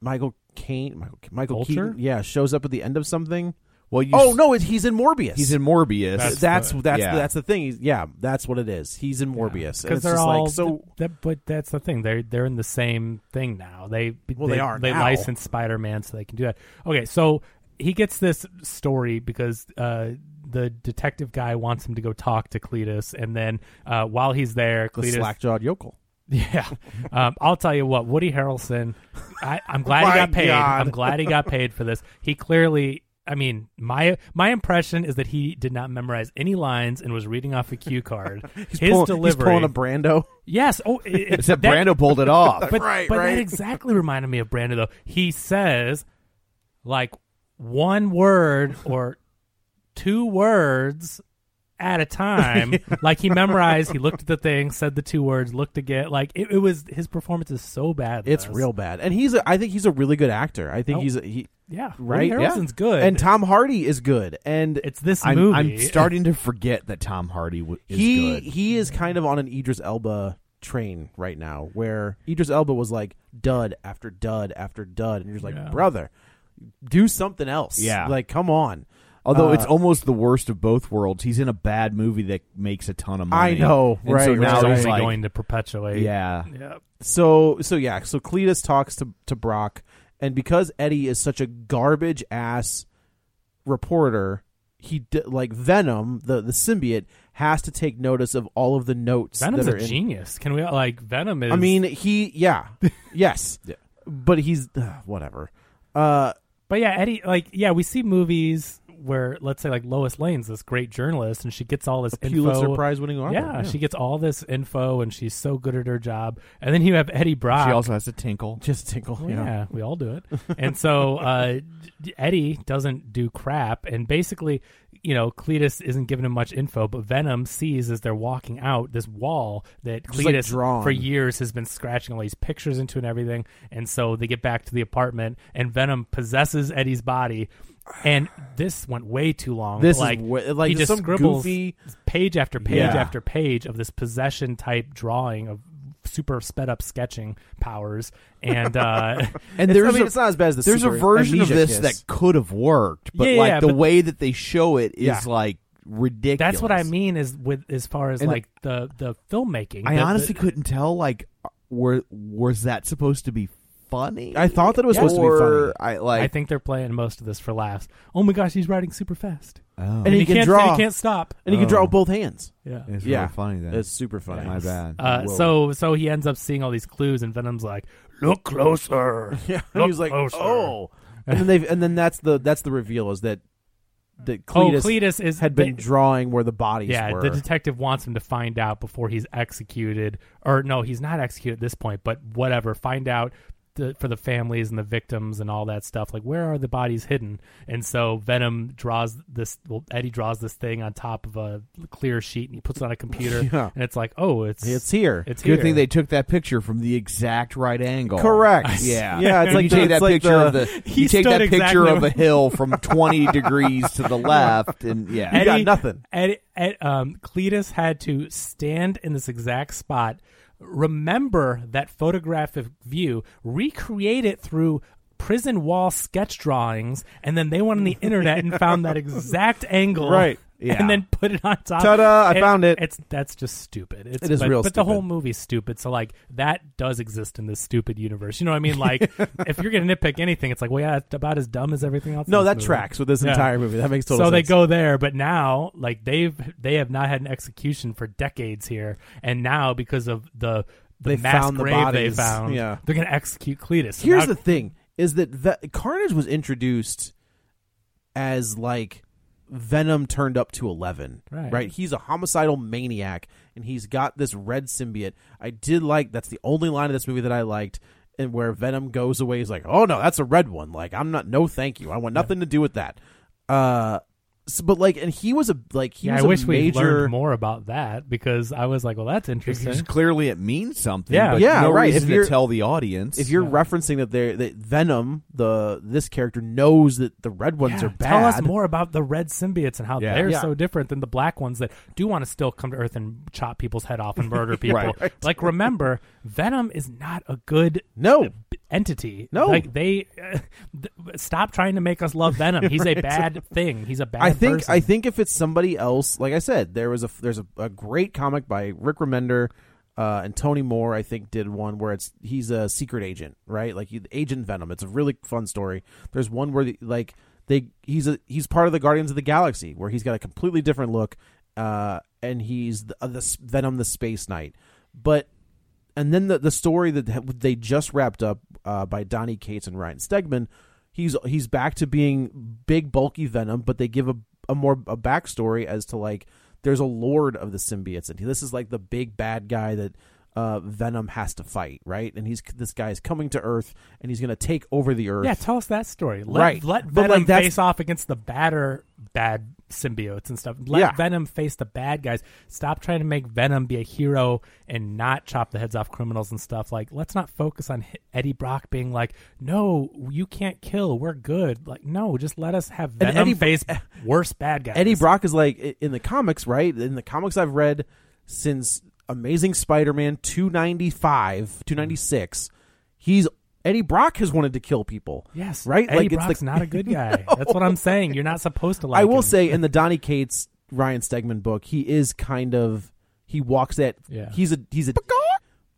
D: Michael Caine Michael, Michael
B: Vulture?
D: Keaton yeah shows up at the end of something.
C: well, you
D: Oh
C: s-
D: no, it's, he's in Morbius.
C: he's in Morbius.
B: That's-
D: that's
B: the-
D: that's
C: yeah.
D: that's the thing. He's, yeah, that's what it is. He's in Morbius. And
B: because
D: it's
B: they're
D: just
B: all
D: like, so
B: that, but that's the thing they're they're in the same thing now they
D: Well, they are
B: they
D: now.
B: license spider-man so they can do that okay so he gets this story because uh the detective guy wants him to go talk to Cletus, and then uh, while he's there,
D: the
B: Cletus.
D: slack-jawed yokel.
B: Yeah, um, I'll tell you what. Woody Harrelson, I, I'm glad
D: My
B: he got paid.
D: God.
B: I'm glad he got paid for this. He clearly I mean, my my impression is that he did not memorize any lines and was reading off a cue card. His
D: pulling,
B: delivery,
D: He's pulling a Brando.
B: yes. Oh, it, it-
C: Except
B: that-
C: Brando pulled it off.
B: but,
D: Right,
B: but
D: right.
B: that exactly reminded me of Brando though. He says like one word or two words at a time. Like he memorized, he looked at the thing, said the two words, looked again. Like it, it was his performance is so bad. in
D: It's
B: this.
D: real bad, and he's. A, I think he's a really good actor. I think
B: Oh.
D: he's a, he
B: Yeah.
D: right.
B: Woody Harrelson's good.
D: and Tom Hardy is good, and
B: it's this
C: I'm,
B: movie.
C: I'm starting to forget that Tom Hardy w- is
D: he
C: good.
D: he is kind of on an Idris Elba train right now, where Idris Elba was like dud after dud after dud, and you're just like, brother, do something else.
C: Yeah.
D: like come on.
C: Although
D: Uh,
C: it's almost the worst of both worlds. He's in a bad movie that makes a ton of
D: I
C: money.
D: know,
C: And
D: right,
C: So
D: which
B: which
C: now
B: is
C: he's
B: only
C: like,
B: going to perpetuate.
C: yeah.
B: Yeah.
D: So so yeah, so Cletus talks to to Brock, and because Eddie is such a garbage ass reporter, he d- like Venom, the the symbiote, has to take notice of all of the notes.
B: Venom's
D: that are
B: a
D: in-
B: genius. Can we like Venom is?
D: I mean, he yeah, yes, but he's ugh, whatever. Uh,
B: But yeah, Eddie, like, yeah, we see movies where, let's say, like Lois Lane's this great journalist, and she gets all this
D: Pulitzer
B: info.
D: Prize winning author.
B: Yeah, she gets all this info, and she's so good at her job. And then you have Eddie Brock.
C: She also has to tinkle. Oh,
D: just tinkle.
B: Well,
D: yeah.
B: Oh, yeah. we all do it. And so uh, d- Eddie doesn't do crap, and basically, you know, Cletus isn't giving him much info, but Venom sees as they're walking out this wall that
D: Just, like,
B: Cletus
D: drawn.
B: for years has been scratching all these pictures into and everything. And so they get back to the apartment, and Venom possesses Eddie's body. And this went way too long.
D: This is
B: like,
D: way- like,
B: he
D: just
B: just
D: some
B: scribbles
D: goofy-
B: page after page
D: Yeah.
B: after page of this possession type drawing of super sped up sketching powers and uh
C: And
D: It's-
C: there's
D: I mean,
C: a,
D: it's not as bad as the
C: there's a
D: Super
C: version of
D: Amnesia
C: this
D: Kiss.
C: that could have worked, but
B: Yeah,
C: like
B: yeah,
C: the
B: but-
C: way that they show it is
D: Yeah.
C: like ridiculous.
B: That's what I mean is with as far as
C: And-
B: like the the filmmaking.
C: I
B: the-
C: honestly
B: the-
C: couldn't tell. Like, were was that supposed to be funny?
D: I thought that it was supposed to be
C: Or, I like.
B: I think they're playing most of this for laughs. Oh my gosh, he's riding super fast,
C: oh,
D: And he can
B: can't
D: draw.
B: he can't stop.
D: and he
C: Oh.
D: can draw with both hands.
B: Yeah.
C: it's
D: yeah,
C: really funny. Then
D: It's super funny.
C: My bad.
B: Uh,
C: Whoa.
B: so so he ends up seeing all these clues, and Venom's like, "Look closer."
D: Yeah,
B: Look
D: he was like,
B: closer.
D: oh, and then they have and then that's the that's the reveal is that that
B: Oh,
D: Cletus,
B: Cletus is
D: had been
B: they-
D: drawing where the bodies
B: yeah,
D: were.
B: the detective wants him to find out before he's executed, or no, he's not executed at this point, but whatever. Find out the, for the families and the victims and all that stuff. Like, where are the bodies hidden? And so Venom draws this. Well, Eddie draws this thing on top of a clear sheet and he puts it on a computer,
D: Yeah.
B: and it's like, oh, it's
D: it's here.
B: it's
C: Good
B: here.
C: thing they took that picture from the exact right angle.
D: Correct.
C: Yeah.
D: Yeah, it's
C: You
D: like the-
C: take
D: it's
C: that
D: like
C: picture
D: the-
C: of the.
B: He
C: You take
B: stood
C: that picture
B: exactly
C: of a
B: where-
C: hill from twenty degrees to the left, and yeah,
D: You got nothing.
B: Eddie, Ed, um, Cletus had to stand in this exact spot, remember that photographic view, recreate it through prison wall sketch drawings, and then they went on the internet and found that exact angle.
D: Right. Yeah.
B: And then put it on top.
D: Ta-da, I found it.
B: It's that's just stupid. It's,
D: It is
B: but,
D: real
B: But the whole
D: stupid.
B: movie's stupid. So like that does exist in this stupid universe. You know what I mean? Like if you're gonna nitpick anything, it's like, well, yeah, it's about as dumb as everything else.
D: no,
B: in this
D: that
B: movie
D: tracks with this
B: Yeah.
D: entire movie. That makes total
B: so
D: sense.
B: they go there but now like they've they have not had an execution for decades here and now because of the the
D: They
B: mass
D: found the
B: grave they
D: bodies.
B: found
D: Yeah.
B: they're gonna execute cletus So
D: Here's
B: now-
D: the thing: is that Ve- Carnage was introduced as like Venom turned up to eleven.
B: Right.
D: He's a homicidal maniac, and he's got this red symbiote. I did like that's the only line of this movie that I liked. And where Venom goes away, he's like, "Oh no, that's a red one. Like, I'm not. No, thank you. I want nothing to do with that." Uh, so, but like, and he was a like he
B: yeah,
D: was
B: I wish
D: a
B: we
D: major
B: learned more about that because I was like, "Well, that's
C: Because
B: interesting."
C: clearly it means something.
B: Yeah.
C: but
D: Yeah,
C: No
D: right.
C: reason
D: If you're-
C: to tell the audience.
D: If you're referencing that they that Venom, the this character knows that the red ones
B: Yeah,
D: are bad.
B: Tell us more about the red symbiotes and how
C: Yeah.
B: they're
D: Yeah.
B: so different than the black ones that do want to still come to Earth and chop people's head off and murder people.
C: Right.
B: Like, remember, Venom is not a good
D: No.
B: entity.
D: Oh. No.
B: like they uh, th- stop trying to make us love Venom. He's a bad thing. He's a bad.
D: I think
B: person.
D: I think if it's somebody else, like I said, there was a there's a, a great comic by Rick Remender uh, and Tony Moore. I think did one where it's he's a secret agent, right? Like he, Agent Venom. It's a really fun story. There's one where the, like they he's a he's part of the Guardians of the Galaxy where he's got a completely different look, uh, and he's the, uh, the s- Venom the Space Knight, but. And then the, the story that ha- they just wrapped up uh, by Donnie Cates and Ryan Stegman, he's he's back to being big bulky Venom, but they give a a more a backstory as to like there's a lord of the symbiotes, and this is like the big bad guy that uh, Venom has to fight, right? And he's this guy's coming to Earth, and he's gonna take over the Earth.
B: Yeah, tell us that story. Let,
D: Right.
B: Let
D: But, like,
B: Venom
D: that's-
B: face off against the badder bad symbiotes and stuff. Let
D: Yeah.
B: Venom face the bad guys. Stop trying to make Venom be a hero and not chop the heads off criminals and stuff. Like, let's not focus on H- Eddie Brock being like, "No, you can't kill. We're good." Like, no, just let us have Venom
D: Eddie-
B: face worse bad guys.
D: Eddie Brock is like i- in the comics, right? In the comics I've read since Amazing Spider-Man 295, 296, he's Eddie Brock has wanted to kill people.
B: Yes,
D: right?
B: Eddie
D: it's
B: Brock's not a good guy. That's what I'm saying. You're not supposed to like.
D: I will
B: him.
D: say in the Donny Cates Ryan Stegman book, he is kind of he walks that
B: Yeah.
D: he's a he's a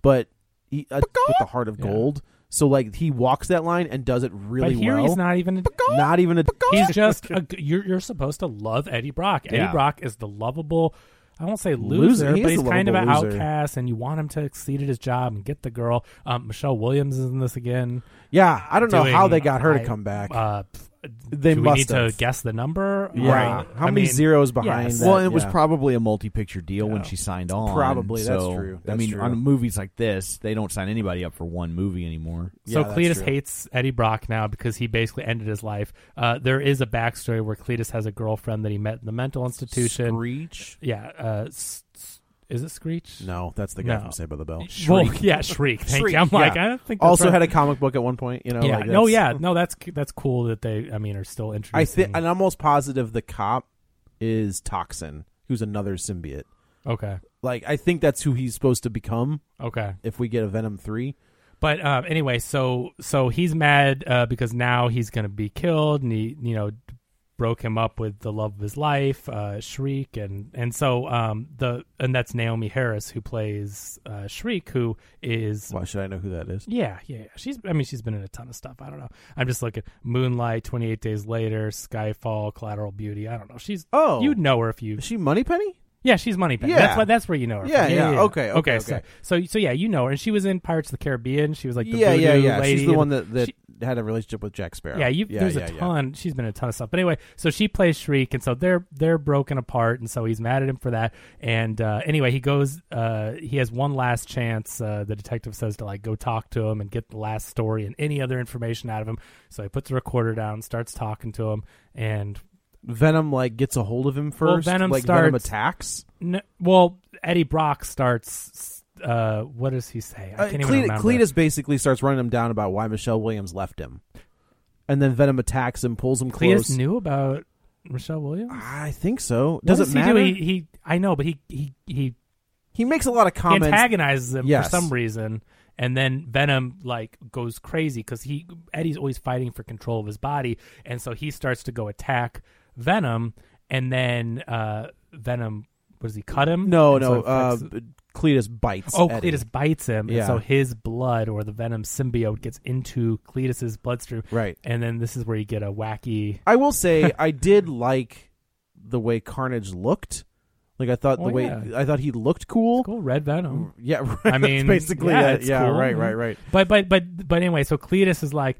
D: but he uh, with the heart of gold. So like he walks that line and does it really
B: but here
D: well.
B: he's not even. a-
D: Not even a
B: He's just a, g- you're you're supposed to love Eddie Brock. Eddie
D: Yeah.
B: Brock is the lovable. I won't say
D: Loser.
B: loser,
D: He
B: but
D: is
B: he's
D: a
B: kind of an
D: lovable loser.
B: outcast, and you want him to exceed at his job and get the girl. Um, Michelle Williams is in this again.
D: yeah. I don't know
B: doing,
D: how they got her
B: I-
D: to come back.
B: Uh, pff,
D: They
B: do we
D: must
B: need
D: have.
B: to guess the number?
D: Yeah.
B: Uh,
D: How
B: I
D: many
B: mean,
D: zeros behind
B: yes.
D: that?
C: well, it was
D: yeah.
C: probably a multi-picture deal when she signed on.
D: Probably, that's
C: so,
D: true.
C: I
D: That's
C: mean,
D: true.
C: on movies like this, they don't sign anybody up for one movie anymore.
B: So
D: Yeah, that's
B: Cletus
D: true.
B: hates Eddie Brock now because he basically ended his life. Uh, there is a backstory where Cletus has a girlfriend that he met in the mental institution.
D: Screech?
B: Yeah, uh, s- s- is it Screech?
D: No, that's the guy
B: No.
D: from Saved by the Bell.
B: Well, yeah, shriek. Thank
D: Shriek,
B: you. I'm like,
D: yeah.
B: I don't think. That's
D: also
B: right.
D: had a comic book at one point. You know,
B: yeah.
D: like
B: no,
D: that's-
B: yeah, no. That's c- that's cool that they. I mean, are still
D: I
B: introducing.
D: think, and I'm almost positive the cop is Toxin, who's another symbiote.
B: okay.
D: Like, I think that's who he's supposed to become
B: Okay.
D: if we get a Venom three.
B: But um, anyway, so so he's mad uh, because now he's gonna be killed, and he you know broke him up with the love of his life, uh, Shriek, and and so um the and that's Naomi Harris who plays uh, Shriek, who is
D: Why should I know who that is?
B: Yeah, yeah, yeah. She's I mean she's been in a ton of stuff. I don't know. I'm just looking Moonlight, 28 Days Later, Skyfall, Collateral Beauty. I don't know. She's
D: Oh.
B: you'd know her if you
D: Is she Moneypenny?
B: Yeah, she's Moneypenny.
D: Yeah.
B: That's why that's where you know her. from.
D: Yeah, yeah. Okay, okay,
B: So,
D: okay.
B: so so yeah, you know her and she was in Pirates of the Caribbean. She was like the
D: yeah, yeah,
B: voodoo
D: yeah.
B: lady.
D: She's the one that, that
B: She-
D: had a relationship with Jack Sparrow.
B: yeah, you, there's
D: yeah,
B: a
D: yeah.
B: ton. She's been in a ton of stuff. But anyway, so she plays Shriek, and so they're they're broken apart, and so he's mad at him for that. And uh, anyway, he goes. Uh, he has one last chance. Uh, the detective says to like go talk to him and get the last story and any other information out of him. So he puts the recorder down, starts talking to him, and
D: Venom like gets a hold of him first.
B: Venom
D: like Venom
B: starts-
D: attacks.
B: n- well, Eddie Brock starts. Uh, what does he say? I
D: Uh,
B: can't
D: Cletus,
B: even remember.
D: Cletus basically starts running him down about why Michelle Williams left him, and then Venom attacks him, pulls him
B: Cletus
D: close.
B: knew about Michelle Williams.
D: I think so.
B: What
D: Does it
B: he
D: matter?
B: Do? He,
D: He,
B: he, I know, but he he he
D: makes a lot of
B: He
D: comments.
B: antagonizes him
D: Yes.
B: for some reason and then venom like goes crazy because he eddie's always fighting for control of his body and so he starts to go attack venom and then uh venom what does he cut him
D: no,
B: And so
D: no.
B: it
D: Uh,
B: affects-
D: Cletus bites.
B: Oh,
D: Eddie.
B: Cletus bites him,
D: Yeah.
B: and so his blood or the Venom symbiote gets into Cletus's bloodstream,
D: Right.
B: And then this is where you get a wacky.
D: I will say I did like the way Carnage looked. Like I thought
B: Oh,
D: the way
B: yeah.
D: I thought he looked cool.
B: Cool, red Venom.
D: Yeah, right.
B: I
D: That's
B: mean,
D: basically,
B: yeah,
D: it.
B: it's
D: yeah,
B: cool.
D: right, right, right.
B: But but but but anyway, so Cletus is like,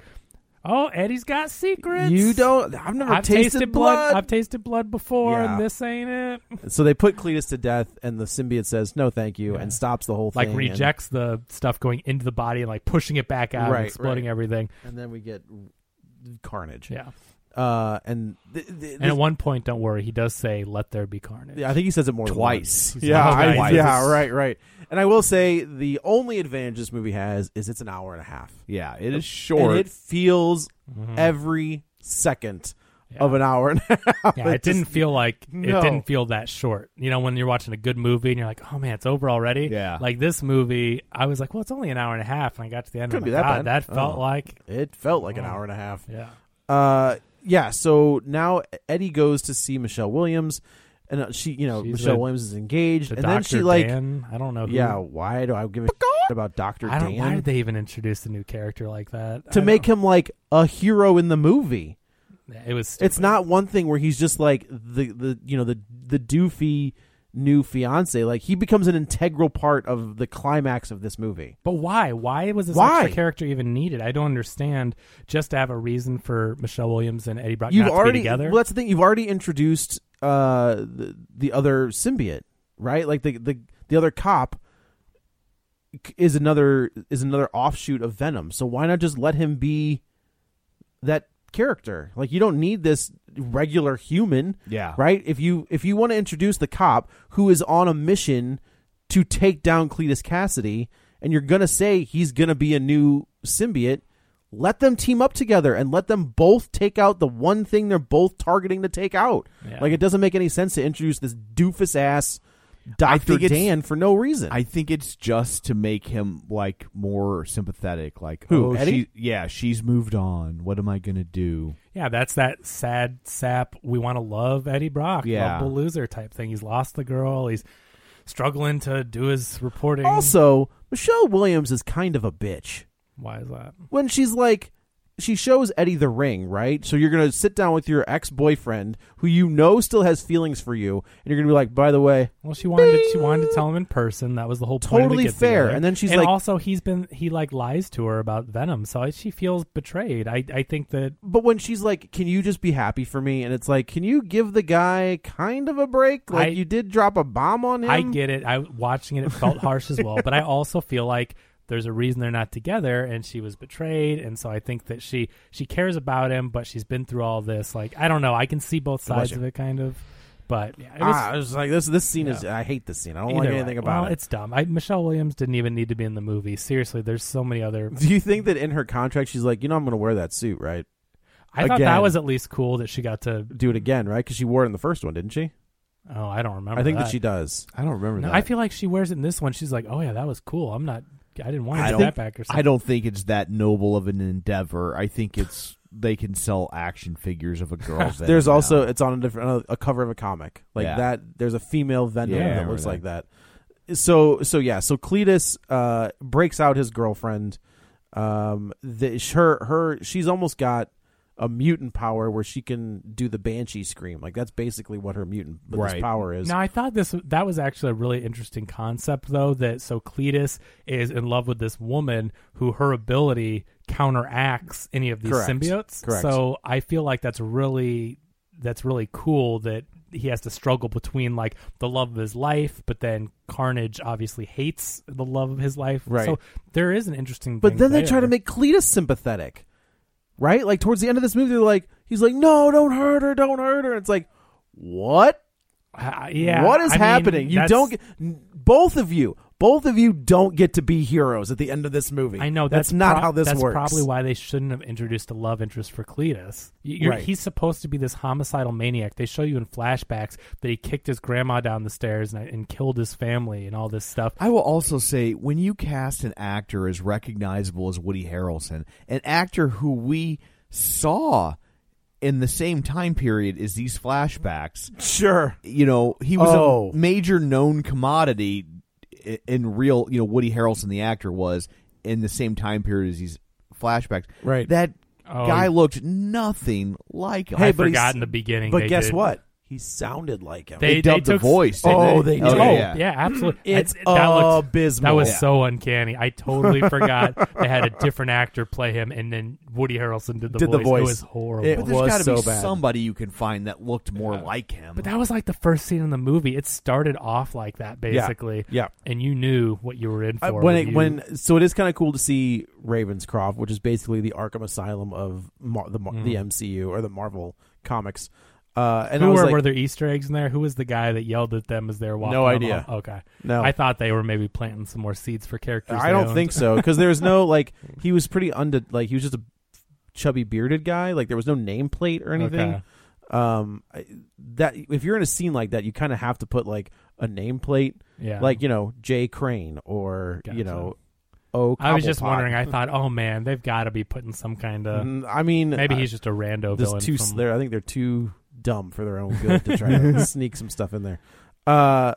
B: "Oh, Eddie's got secrets."
D: You don't. I've never
B: I've tasted, blood. I've tasted blood before,
D: Yeah.
B: and this ain't it.
D: so they put Cletus to death, and the symbiote says no, thank you, and stops the whole
B: Like
D: thing. and-
B: rejects the stuff going into the body and like pushing it back out,
D: Right,
B: and exploding
D: right.
B: everything.
D: and then we get Carnage.
B: Yeah.
D: Uh, and th- th-
B: And
D: this-
B: at one point, don't worry, he does say, "Let there be carnage."
D: Yeah, I think he says it more than
C: Twice.
D: once. "Oh,
C: He's
D: Yeah,
B: like,
D: I-
B: twice.
D: yeah, right, right. And I will say the only advantage this movie has is it's an hour and a half,
C: Yeah, it is short.
D: and it feels
B: Mm-hmm.
D: every second of an hour and a half.
B: Yeah, it didn't
D: just-
B: feel like
D: No.
B: it didn't feel that short. You know, when you're watching a good movie and you're like, "Oh man, it's over already."
C: Yeah.
B: Like this movie, I was like, "Well, it's only an hour and a half," and I got to the end.
D: Couldn't
B: I'm
D: be
B: like,
D: that
B: God,
D: bad."
B: That felt
D: Oh.
B: like
D: It felt like an hour and a half.
B: yeah.
D: Uh, yeah. So now Eddie goes to see Michelle Williams, and uh, she, you know,
B: She's
D: Michelle
B: the-
D: Williams is engaged,
B: The
D: and
B: Dr.
D: then she like,
B: Dan, I don't know. Who,
D: yeah, why do I give a shit about Doctor
B: I don't.
D: Dan?
B: Why did they even introduce a new character like that
D: to
B: I
D: make him like a hero in the movie.
B: don't- It was.
D: It's not one thing where he's just like the the you know the the doofy new fiance. Like he becomes an integral part of the climax of this movie.
B: But why? Why was this
D: Why?
B: extra character even needed? I don't understand. Just to have a reason for Michelle Williams and Eddie Brock
D: You've
B: not
D: already
B: to be together.
D: well, that's the thing. You've already introduced uh, the, the other symbiote, right? Like the the the other cop c- is another is another offshoot of Venom. So why not just let him be that character? Like you don't need this regular human,
C: Yeah.
D: right? If you if you want to introduce the cop who is on a mission to take down Cletus Cassidy, and you're gonna say he's gonna be a new symbiote. Let them team up together and let them both take out the one thing they're both targeting to take out.
B: Yeah.
D: Like it doesn't make any sense to introduce this doofus ass Doctor
C: think it's-
D: Dan for no reason.
C: I think it's just to make him like more sympathetic. Like,
D: Who,
C: oh,
D: Eddie?
C: she, yeah, she's moved on. What am I gonna do?
B: yeah, that's that sad sap. We want to love Eddie Brock,
C: Yeah.
B: lovable loser type thing. He's lost the girl. He's struggling to do his reporting.
D: also, Michelle Williams is kind of a bitch.
B: why is that?
D: when she's like she shows Eddie the ring, right? So you're gonna sit down with your ex boyfriend who you know still has feelings for you, and you're gonna be like, by the way,
B: Well, she wanted she
D: Bing!
B: wanted to tell him in person. That was the whole point
D: Totally
B: of the
D: fair.
B: get-together.
D: And then she's like-
B: also he's been he like lies to her about Venom, so I, she feels betrayed. I I think that
D: but when she's like, Can you just be happy for me? And it's like, Can you give the guy kind of a break? Like
B: I-
D: you did drop a bomb on him.
B: I get it. I watching it, it felt harsh as well, but I also feel like there's a reason they're not together, and she was betrayed, and so I think that she she cares about him, but she's been through all this. Like I don't know. I can see both sides of it, kind of. But yeah, it was,
D: ah, I was like, this this scene is I hate this scene. I don't like
B: either way.
D: anything about
B: well,
D: it.
B: It's dumb. I, Michelle Williams didn't even need to be in the movie. Seriously, there's so many other
D: Do you think that in her contract she's like, you know, I'm gonna wear that suit, right?
B: I thought that
D: Again.
B: was at least cool that she got to.
D: Do it again, right? Because she wore it in the first one, didn't she?
B: Oh, I don't remember.
D: I think that. she does.
C: I don't remember
B: No,
C: that.
B: I feel like she wears it in this one. She's like, "Oh yeah, that was cool. I'm not. I didn't want to
C: I
B: get
C: don't-
B: that back or something."
C: I don't think it's that noble of an endeavor. I think it's they can sell action figures of a girl.
D: There's also it's on a different a cover of a comic like
C: Yeah.
D: that. There's a female Venom
C: Yeah, I
D: that
C: remember
D: looks
C: that.
D: like that. So so yeah. So Cletus uh, breaks out his girlfriend. Um, the, her her she's almost got a mutant power where she can do the banshee scream. Like that's basically what her mutant what this
C: Right.
D: power is.
B: Now I thought this that was actually a really interesting concept though that so Cletus is in love with this woman who her ability counteracts any of these
D: Correct.
B: symbiotes.
D: Correct.
B: So I feel like that's really that's really cool that he has to struggle between like the love of his life, but then Carnage obviously hates the love of his life.
D: Right.
B: So there is an interesting.
D: But
B: thing
D: then they try
B: there.
D: to make Cletus sympathetic, right? Like towards the end of this movie, they're like, he's like, no, don't hurt her, don't hurt her. It's like, what?
B: Uh, yeah.
D: what is
B: I mean,
D: happening? you
B: that's-
D: don't get n- both of you. Both of you don't get to be heroes at the end of this movie.
B: I know
D: that's,
B: that's,
D: not
B: prob-
D: how this
B: that's
D: works.
B: Probably why they shouldn't have introduced a love interest for Cletus. Y- you're-
D: Right.
B: He's supposed to be this homicidal maniac. They show you in flashbacks that he kicked his grandma down the stairs and, and killed his family and all this stuff.
C: I will also say when you cast an actor as recognizable as Woody Harrelson, an actor who we saw in the same time period as these flashbacks,
D: sure.
C: you know, he was
D: Oh.
C: a major known commodity i- in real, you know, Woody Harrelson the actor was in the same time period as these flashbacks.
D: Right.
C: That
B: Oh,
C: guy
B: he-
C: looked nothing like him.
D: Hey,
B: I
D: but he's-
B: forgot in the beginning.
D: But
B: they
D: guess
B: did-
D: what? He sounded like him.
B: They,
C: They dubbed
B: they
C: the
B: took-
C: voice, didn't
D: Oh, they? they
B: Oh,
D: did.
B: yeah, absolutely.
D: Mm, It's
B: That- that looked-
D: abysmal.
B: That was
D: Yeah.
B: so uncanny. I totally forgot they had a different actor play him, and then Woody Harrelson did the,
D: Did the
B: voice. It
D: voice.
B: was horrible.
D: It
C: but
D: was
C: there's got to
D: so
C: be
D: bad.
C: somebody you can find that looked more like him.
B: But that was like the first scene in the movie. It started off like that,
D: Yeah.
B: basically.
D: Yeah.
B: And you knew what you were in for.
D: Uh, when
B: when
D: it,
B: you-
D: when so it is kind of cool to see Ravenscroft, which is basically the Arkham Asylum of Mar- the Mar- the MCU or the Marvel comics. Uh, and
B: Hmm.
D: I
B: who
D: was
B: were,
D: like,
B: were there Easter eggs in there? Who was the guy that yelled at them as they were walking?
D: No
B: on the
D: idea.
B: hall? okay.
D: No.
B: I thought they were maybe planting some more seeds for characters.
D: I
B: they
D: don't
B: owned.
D: think so because there's no like he was pretty under like he was just a chubby bearded guy like there was no nameplate or anything.
B: Okay.
D: Um, I- that if you're in a scene like that, you kind of have to put like a nameplate,
B: Yeah.
D: like you know Jay Crane or you
B: Gotcha.
D: know O.
B: I was just
D: Cobblepot.
B: wondering. I thought, oh man, they've got to be putting some kind of.
D: Mm, I mean,
B: Maybe
D: I-
B: he's just a rando
D: this
B: villain.
D: too.
B: from-
D: they're- I think they're too dumb for their own good to try to sneak some stuff in there. Uh,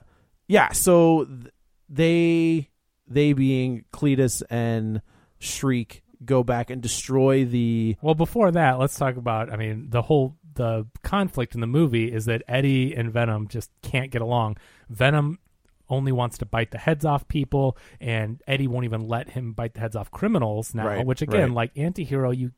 D: yeah. So th- they they being Cletus and Shriek go back and destroy the
B: Well, before that, let's talk about. I mean, the whole the conflict in the movie is that Eddie and Venom just can't get along. Venom only wants to bite the heads off people, and Eddie won't even let him bite the heads off criminals now.
E: Right,
B: which again,
E: right.
B: like anti-hero, you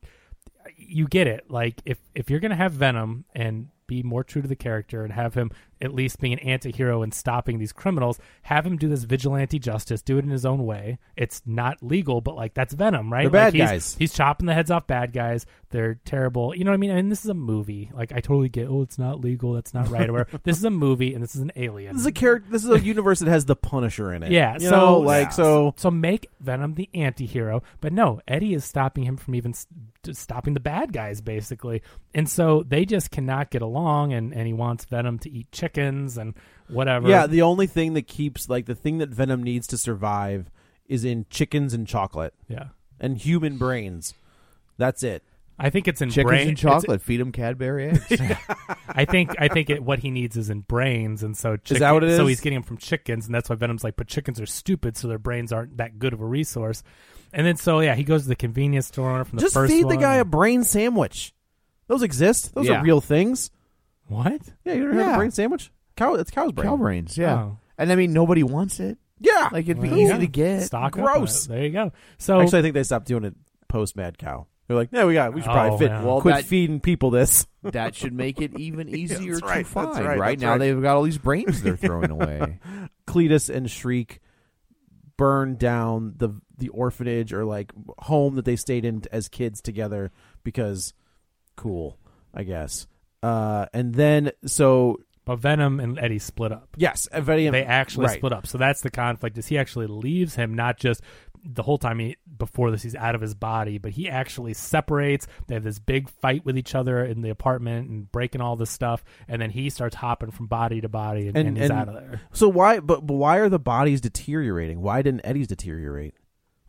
B: you get it. Like if if you're gonna have Venom and be more true to the character and have him at least be an anti-hero and stopping these criminals have him do this vigilante justice do it in his own way it's not legal but like that's venom right
E: They're
B: Like,
E: bad
B: he's-
E: guys.
B: he's chopping the heads off bad guys they're terrible you know what i mean and this is a movie like i totally get oh it's not legal that's not right or whatever. this is a movie and this is an alien
E: This is a character. This is a universe that has the Punisher in it.
B: yeah
E: you
B: so
E: know, like so.
B: so make venom the anti-hero but no eddie is stopping him from even s- t- stopping the bad guys basically and so they just cannot get along and and he wants venom to eat chickens and whatever
E: Yeah, the only thing that keeps like the thing that Venom needs to survive is in chickens and chocolate
B: yeah
E: and human brains. That's it.
B: I think it's in
D: Chickens
B: brain
D: and
B: it's-
D: chocolate. Feed them Cadbury eggs.
B: I think I think it, what he needs is in brains, and so chicken,
E: that what it
B: So
E: is?
B: he's getting them from chickens, and that's why Venom's like, but chickens are stupid, so their brains aren't that good of a resource. And then so yeah, he goes to the convenience store owner from the
E: Just
B: first
E: feed
B: one.
E: the guy a brain sandwich. Those exist. Those
D: Yeah.
E: are real things.
B: what?
E: Yeah, you ever had
D: Yeah.
E: a brain sandwich? Cow. It's cow's brain.
D: Cow brains, yeah.
B: Oh.
D: And I mean, nobody wants it.
E: Yeah.
D: Like it'd be
B: Well,
D: easy
B: yeah.
D: to get.
B: Stock up on
E: Gross.
B: it. There you go.
D: Oh.
B: So
E: Actually, I think they stopped doing it post Mad Cow. They're like, no, we got. We should
B: Oh,
E: probably fit.
B: yeah.
D: Well,
E: quit
D: that-
E: feeding people this.
D: That should make it even easier
E: that's
D: to
E: right, that's
D: find.
E: right, that's
D: now
E: right.
D: they've got all these brains they're throwing away.
E: Cletus and Shriek burn down the the orphanage or like home that they stayed in as kids together because cool, I guess. Uh, and then so
B: but Venom and Eddie split up.
E: yes, Venom
B: They actually
E: right.
B: split up. So that's the conflict. Is he actually leaves him, not just the whole time he before this he's out of his body, but he actually separates. They have this big fight with each other in the apartment and breaking all this stuff, and then he starts hopping from body to body and,
E: And-
B: and he's
E: and-
B: out of there.
E: So why? But, but why are the bodies deteriorating? Why didn't Eddie's deteriorate?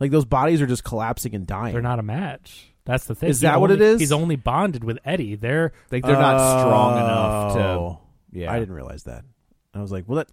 E: Like those bodies are just collapsing and dying.
B: They're not a match. That's the thing.
E: Is
B: He
E: that what
B: only-
E: it is?
B: He's only bonded with Eddie. They're
D: Like they're not strong enough
E: Oh.
D: to. Yeah,
E: I didn't realize that. I was like, well, that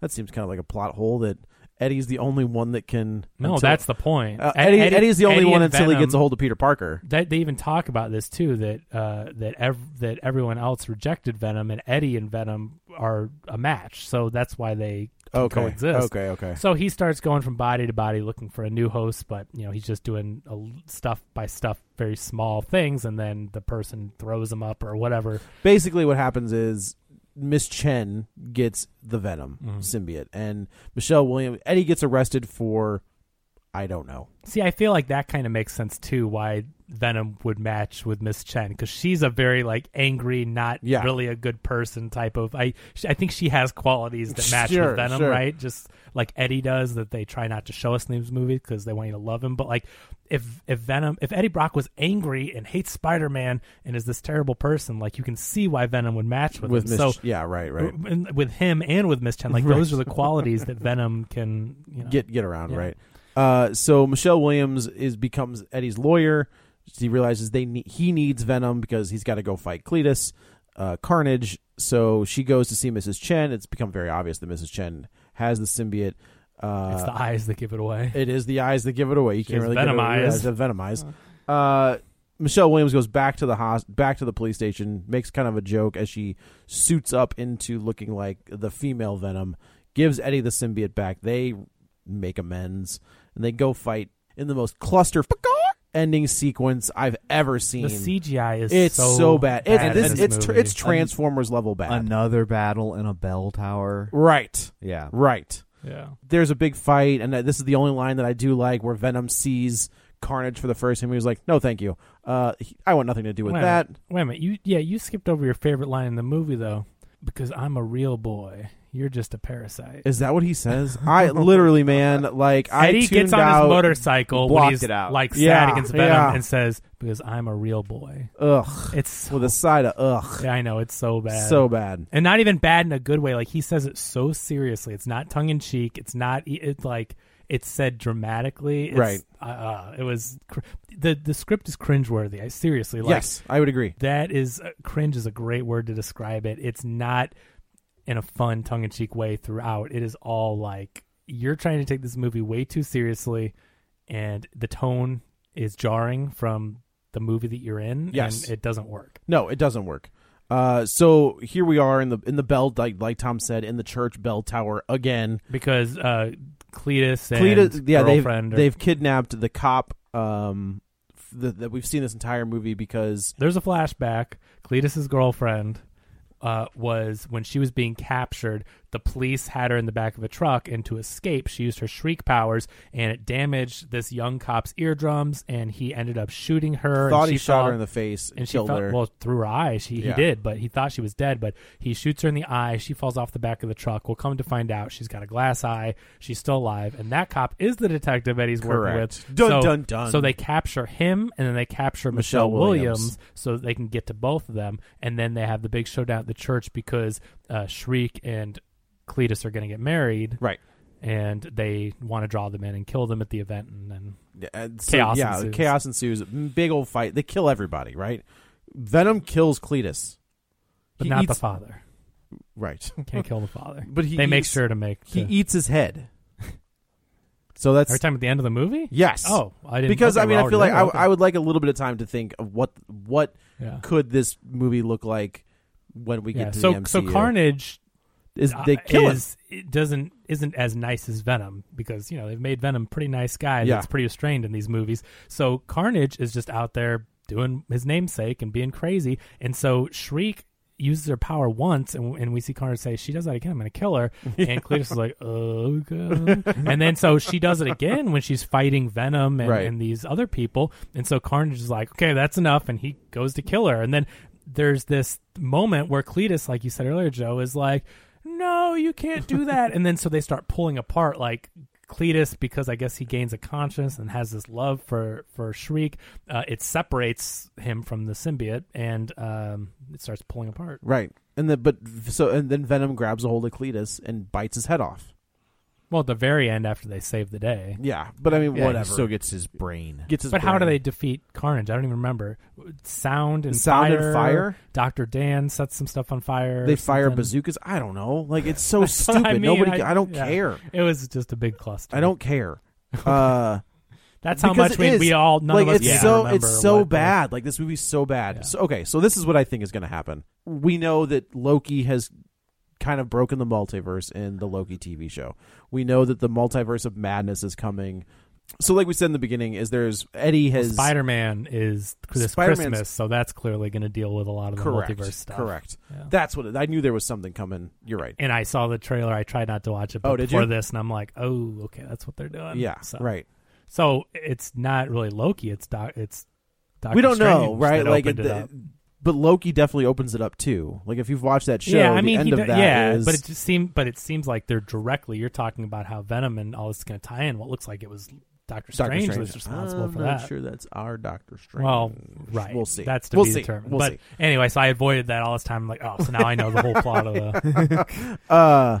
E: that seems kind of like a plot hole that Eddie's the only one that can.
B: no.
E: until-
B: that's the point.
E: Uh,
B: Ed-
E: Eddie, Eddie's the only
B: Eddie
E: one
B: and
E: until he gets
B: Venom-
E: a hold of Peter Parker.
B: They, they even talk about this too that uh, that ev- that everyone else rejected Venom and Eddie and Venom are a match, so that's why they can
E: Okay,
B: coexist.
E: okay, okay.
B: So he starts going from body to body looking for a new host, but you know he's just doing a l stuff by stuff, very small things, and then the person throws him up or whatever.
E: Basically, what happens is Miss Chen gets the Venom
C: Mm-hmm.
E: symbiote, and Michelle Williams. Eddie gets arrested for I don't know.
B: See, I feel like that kind of makes sense too. Why Venom would match with Miss Chen because she's a very like angry, not
E: Yeah.
B: really a good person type of. I sh- I think she has qualities that match
E: Sure,
B: with Venom,
E: sure.
B: right? Just like Eddie does that they try not to show us in these movies because they want you to love him. But like if if Venom, if Eddie Brock was angry and hates Spider Man and is this terrible person, like you can see why Venom would match with,
E: With
B: him.
E: Miss,
B: so Mm-hmm.
E: yeah, right, right.
B: and with him and with Miss Chen, like those are the qualities that Venom can you know.
E: get get around
B: Yeah.
E: right. Uh, so Michelle Williams is becomes Eddie's lawyer. He realizes they need, he needs Venom because he's got to go fight Cletus, uh, Carnage. So she goes to see Mrs. Chen. It's become very obvious that Mrs. Chen has the symbiote. Uh,
B: it's the eyes that give it away.
E: it is the eyes that give it away. You can't
B: has
E: really get
B: venom
E: it, yeah,
B: eyes.
E: it's a venom eyes. Uh, Michelle Williams goes back to the hos- back to the police station, makes kind of a joke as she suits up into looking like the female Venom, gives Eddie the symbiote back. They make amends and they go fight in the most cluster ending sequence I've ever seen.
B: The CGI is
E: it's
B: so,
E: so, bad. It's
B: bad in
E: this,
B: this
E: it's tr-
B: movie.
E: it's Transformers level bad.
D: Another battle in a bell tower.
E: right,
D: Yeah.
E: right.
B: yeah.
E: there's a big fight, and uh, this is the only line that I do like where Venom sees Carnage for the first time. He was like, "No, thank you. Uh, he- I want nothing to do with
B: wait
E: that."
B: A minute. Wait a minute. You yeah, you skipped over your favorite line in the movie though, because I'm a real boy. You're just a parasite.
E: Is that what he says? I literally, man, like I
B: Eddie
E: tuned
B: gets on
E: out.
B: his motorcycle when
D: blocked
B: he's
D: it out.
B: like sad
E: Yeah,
B: against Venom
E: yeah.
B: and says, "Because I'm a real boy."
E: Ugh,
B: It's so,
E: with a side of ugh,
B: yeah, I know it's so bad.
E: so bad.
B: and not even bad in a good way. Like he says it so seriously. It's not tongue in cheek. It's not. e, It's like it's said dramatically. It's,
E: Right.
B: Uh, uh, it was cr- the the script is cringeworthy. I seriously like
E: yes, I would agree.
B: that is uh, cringe is a great word to describe it. It's not in a fun tongue in cheek way throughout. It is all like you're trying to take this movie way too seriously and the tone is jarring from the movie that you're in
E: Yes.
B: and it doesn't work.
E: No, it doesn't work. Uh, so here we are in the in the bell, like like Tom said, in the church bell tower again.
B: because uh, Cletus and
E: Cletus, yeah, they've
B: girlfriend. are-
E: they've kidnapped the cop. Um, f- that that we've seen this entire movie because
B: there's a flashback. Cletus's girlfriend uh, was when she was being captured. The police had her in the back of a truck, and to escape, she used her shriek powers, and it damaged this young cop's eardrums. And he ended up shooting her.
E: thought
B: and
E: he
B: she
E: shot
B: fell-
E: her in the face and
B: and she
E: killed
B: felt,
E: her.
B: well through her eye. She
E: Yeah.
B: he did, but he thought she was dead. But he shoots her in the eye. She falls off the back of the truck. We'll come to find out she's got a glass eye. She's still alive, and that cop is the detective that he's working
E: Correct.
B: with.
E: Dun,
B: so,
E: dun, dun.
B: So they capture him, and then they capture Michelle,
E: Michelle
B: Williams.
E: Williams.
B: so that they can get to both of them, and then they have the big showdown at the church because uh, Shriek and Cletus are going to get married,
E: right.
B: and they want to draw them in and kill them at the event, and then
E: Yeah, and so,
B: Chaos
E: yeah,
B: ensues.
E: chaos ensues. Big old fight. They kill everybody, right? Venom kills Cletus.
B: but
E: He
B: not the
E: eats-
B: father.
E: Right.
B: Can't kill the father.
E: But he
B: they make
E: eats-
B: sure to make
E: He
B: to-
E: eats his head. So that's
B: Every time at the end of the movie?
E: yes.
B: Oh, I didn't.
E: because
B: okay,
E: I mean,
B: we're
E: I feel like
B: already
E: I,
B: there,
E: I would like a little bit of time to think of what what
B: okay.
E: could this movie look like when we
B: Yeah. yeah.
E: get to
B: So
E: the MCU.
B: so Carnage
E: is
B: uh,
E: they kill him.
B: is it doesn't isn't as nice as Venom because you know they've made Venom a pretty nice guy
E: Yeah.
B: that's pretty restrained in these movies. So Carnage is just out there doing his namesake and being crazy, and so Shriek uses her power once and, and we see Carnage say she does that again I'm gonna kill her and Cletus is like oh god and then so she does it again when she's fighting Venom and,
E: Right.
B: and these other people and so Carnage is like okay that's enough and he goes to kill her and then there's this moment where Cletus like you said earlier Joe is like no you can't do that and then so they start pulling apart like Cletus because I guess he gains a conscience and has this love for for Shriek. Uh, it separates him from the symbiote and um, it starts pulling apart.
E: Right. And then but so and then Venom grabs a hold of Cletus and bites his head off.
B: Well, at the very end, after they save the day.
E: Yeah. But I mean
D: Yeah,
E: whatever.
D: He still gets his brain.
E: Gets his
B: But how do they
E: brain.
B: defeat Carnage? I don't even remember. Sound and
E: Sound
B: fire.
E: and fire?
B: Doctor Dan sets some stuff on fire.
E: they
B: or
E: fire
B: something.
E: bazookas? I don't know. Like it's so
B: That's what
E: stupid.
B: I mean,
E: Nobody ca- I, don't
B: yeah.
E: care.
B: It was just a big cluster.
E: I don't care. Uh
B: That's how
E: Because
B: much
E: it
B: we,
E: is.
B: we all none
E: like
B: of us
E: it's
B: even
E: so
B: remember
E: it's so
B: what the-
E: bad. Like this movie's so bad.
B: Yeah.
E: So, okay, so this is what I think is going to happen. We know that Loki has kind of broken the multiverse in the Loki TV show. We know that the multiverse of madness is coming. So like we said in the beginning, is there's Eddie has
B: Spider Man is this
E: Spider-Man's-
B: Christmas, so that's clearly going to deal with a lot of the
E: correct
B: multiverse stuff.
E: correct.
B: Yeah.
E: That's what it, I knew there was something coming. You're right.
B: And I saw the trailer. I tried not to watch it but
E: Oh, did
B: before
E: you?
B: this, and I'm like, oh, okay, that's what they're doing.
E: Yeah,
B: so,
E: right.
B: So it's not really Loki. It's doc. It's Doctor
E: we don't know,
B: Strange
E: right?
B: that
E: Like
B: opened
E: it,
B: it up.
E: but Loki definitely opens it up too. Like if you've watched that show,
B: yeah, I mean,
E: the end
B: he
E: of
B: do-
E: that
B: yeah,
E: is-
B: but it just seemed, but it seems like they're directly. You're talking about how Venom and all this is going to tie in. What looks like it was Doctor
E: Doctor
B: Strange, was responsible
E: I'm
B: for
E: not
B: that.
E: Sure, that's our Doctor Strange.
B: Well, right.
E: We'll see.
B: That's to
E: we'll
B: be
E: see.
B: determined.
E: We'll
B: but
E: see.
B: anyway, so I avoided that all this time. I'm like, oh, so now I know the whole plot of the.
E: Uh,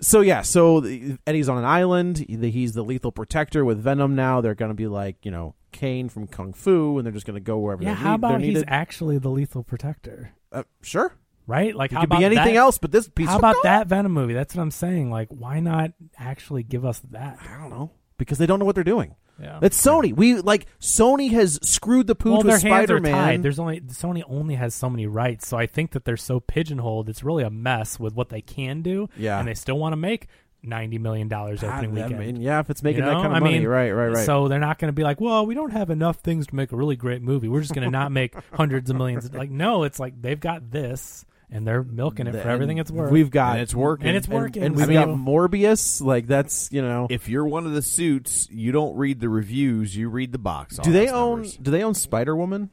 E: so yeah, so the- Eddie's on an island. He- He's the lethal protector with Venom. Now they're going to be like you know Kane from Kung Fu, and they're just going to go wherever.
B: yeah,
E: they're
B: how
E: need- they're
B: about he's
E: needed.
B: actually the lethal protector,
E: uh, sure?
B: right? Like,
E: It
B: how
E: could
B: about
E: be anything
B: that?
E: else, but this piece.
B: How about that Venom movie? That's what I'm saying. Like, why not actually give us that?
E: I don't know because they don't know what they're doing.
B: Yeah.
E: It's Sony. We like Sony has screwed the pooch
B: well, their
E: with
B: hands
E: Spider
B: are tied.
E: Man.
B: There's only Sony only has so many rights, so I think that they're so pigeonholed. It's really a mess with what they can do.
E: Yeah.
B: and they still want to make ninety million dollars opening
E: I
B: weekend.
E: mean, yeah, if it's making
B: You know?
E: that kind
B: I
E: of money,
B: mean,
E: right, right, right.
B: So they're not going to be like, well, we don't have enough things to make a really great movie. We're just going to not make hundreds of millions. Like, no, it's like they've got this, and they're milking it for everything it's worth.
E: We've got
D: And it's working.
B: And it's working.
E: and
B: I
E: we've
B: mean-
E: got Morbius. Like that's you know.
D: If you're one of the suits, you don't read the reviews. You read the box.
E: do they
D: office
E: own?
D: numbers.
E: Do they own Spider Woman?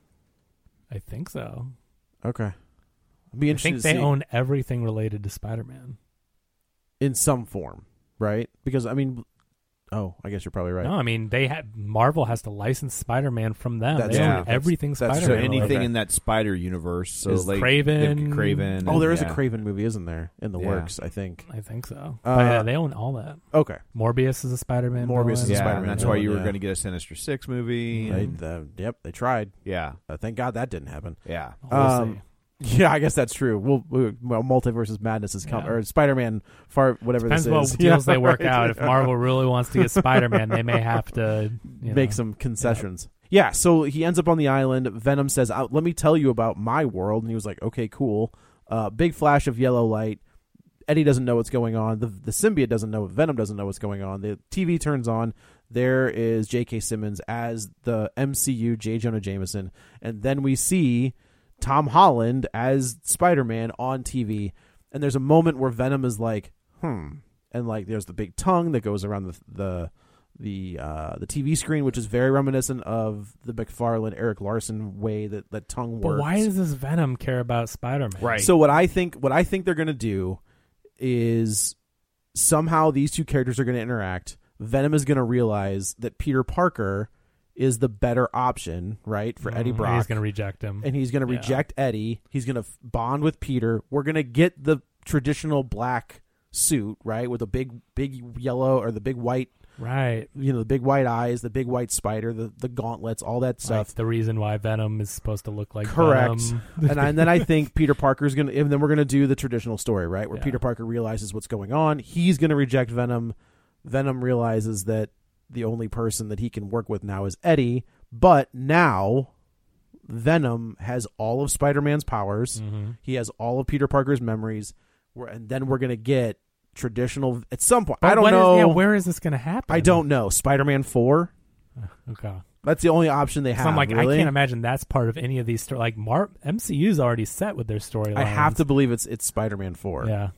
B: I think so.
E: Okay, I'd be
B: I
E: interested.
B: think
E: to
B: they
E: see
B: own everything related to Spider-Man.
E: in some form, right? Because I mean, oh, I guess you're probably right.
B: No, I mean they have Marvel has to license Spider-Man from them.
E: That's
B: they
D: true.
B: own everything
E: That's- that's
D: So
B: Spider-Man.
E: true.
B: related.
D: anything
E: Okay.
D: in that Spider universe? So
B: Is
D: like
B: Craven-
D: they've got Craven.
E: oh, there
D: and-
E: is
D: yeah.
E: a Craven movie, isn't there? In the
D: Yeah.
E: works, I think.
B: I think so.
E: Uh,
B: but yeah, they own all that.
E: Okay,
B: Morbius is a Spider-Man.
E: Morbius is
B: villain.
E: a
D: Yeah,
E: Spider-Man
D: and that's why
E: villain,
D: you were
E: yeah.
D: going to get a Sinister Six movie.
E: They-
D: and-
E: the- yep, they tried.
D: yeah,
E: Uh, thank God that didn't happen.
D: yeah.
B: We'll
E: Um,
B: see.
E: Yeah, I guess that's true. We'll, we well, multiverse's madness is coming,
B: Yeah.
E: or Spider-Man far whatever
B: Depends
E: this
B: what
E: is.
B: deals they work out. If Marvel really wants to get Spider-Man, they may have to you know.
E: make some concessions. Yeah, so he ends up on the island. Venom says, "Uh, "Let me tell you about my world," and he was like, "Okay, cool." Uh, big flash of yellow light. Eddie doesn't know what's going on. The the symbiote doesn't know. Venom doesn't know what's going on. The TV turns on. There is J.K. Simmons as the MCU J. Jonah Jameson, and then we see Tom Holland as Spider Man on TV. And there's a moment where Venom is like, "Hmm," and like there's the big tongue that goes around the the the uh, the TV screen, which is very reminiscent of the McFarlane Eric Larson way that that tongue
B: But
E: works.
B: why does this Venom care about Spider Man?
F: Right.
E: So what I think what I think they're gonna do is somehow these two characters are gonna interact. Venom is gonna realize that Peter Parker is the better option, right, for Eddie Brock.
B: Mm, He's gonna reject him.
E: and he's gonna
B: Yeah.
E: reject Eddie. He's gonna f- bond with Peter. We're gonna get the traditional black suit, right, with the big big yellow or the big white
B: right.
E: you know, the big white eyes, the big white spider, the, the gauntlets, all that
B: So
E: stuff.
B: the reason why Venom is supposed to look like
E: Correct.
B: Venom.
E: and, I, and then I think Peter Parker's going to, and then we're going to do the traditional story, right? Where
B: Yeah.
E: Peter Parker realizes what's going on. He's going to reject Venom. Venom realizes that the only person that he can work with now is Eddie. But now Venom has all of Spider Man's powers,
B: Mm. Mm-hmm.
E: he has all of Peter Parker's memories. We're, and then we're going to get traditional at some point. I
B: But
E: don't
B: when is-
E: know.
B: yeah, where is this gonna happen?
E: I don't know. Spider Man 4?
B: Okay.
E: That's the only option they
B: 'Cause
E: have.
B: I'm like,
E: really?
B: I can't imagine that's part of any of these stories. Like, Mar- MCU's already set with their storyline.
E: I have to believe it's it's Spider Man four.
B: Yeah.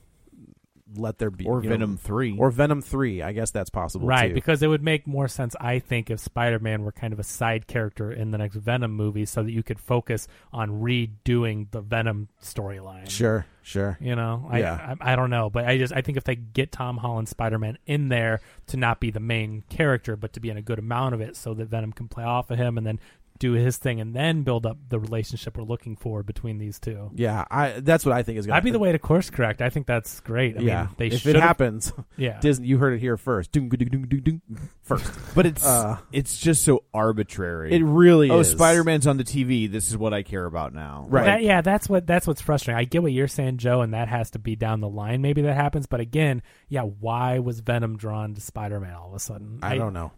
E: Let there be
D: or
E: you know,
D: Venom three,
E: or Venom three. I guess that's possible.
B: Right,
E: too.
B: because it would make more sense, I think, if Spider Man were kind of a side character in the next Venom movie so that you could focus on redoing the Venom storyline.
E: sure, sure.
B: You know, I,
E: Yeah.
B: I I don't know, but I just I think if they get Tom Holland Spider Man in there to not be the main character, but to be in a good amount of it, so that Venom can play off of him and then do his thing, and then build up the relationship we're looking for between these two.
E: Yeah, I that's what I think is going.
B: That'd be the way to course correct. I think that's great. I
E: yeah,
B: mean, they
E: if
B: should
E: it happens,
B: Yeah,
E: Disney, you heard it here first. Doom, doom, doom, doom, doom, first,
D: but it's
E: Uh,
D: it's just so arbitrary.
E: it really
D: oh,
E: is.
D: Spider Man's on the TV. This is what I care about now.
E: Right.
B: That- yeah, that's what that's what's frustrating. I get what you're saying, Joe, and that has to be down the line. Maybe that happens, but again, yeah, why was Venom drawn to Spider-Man all of a sudden?
E: I don't know.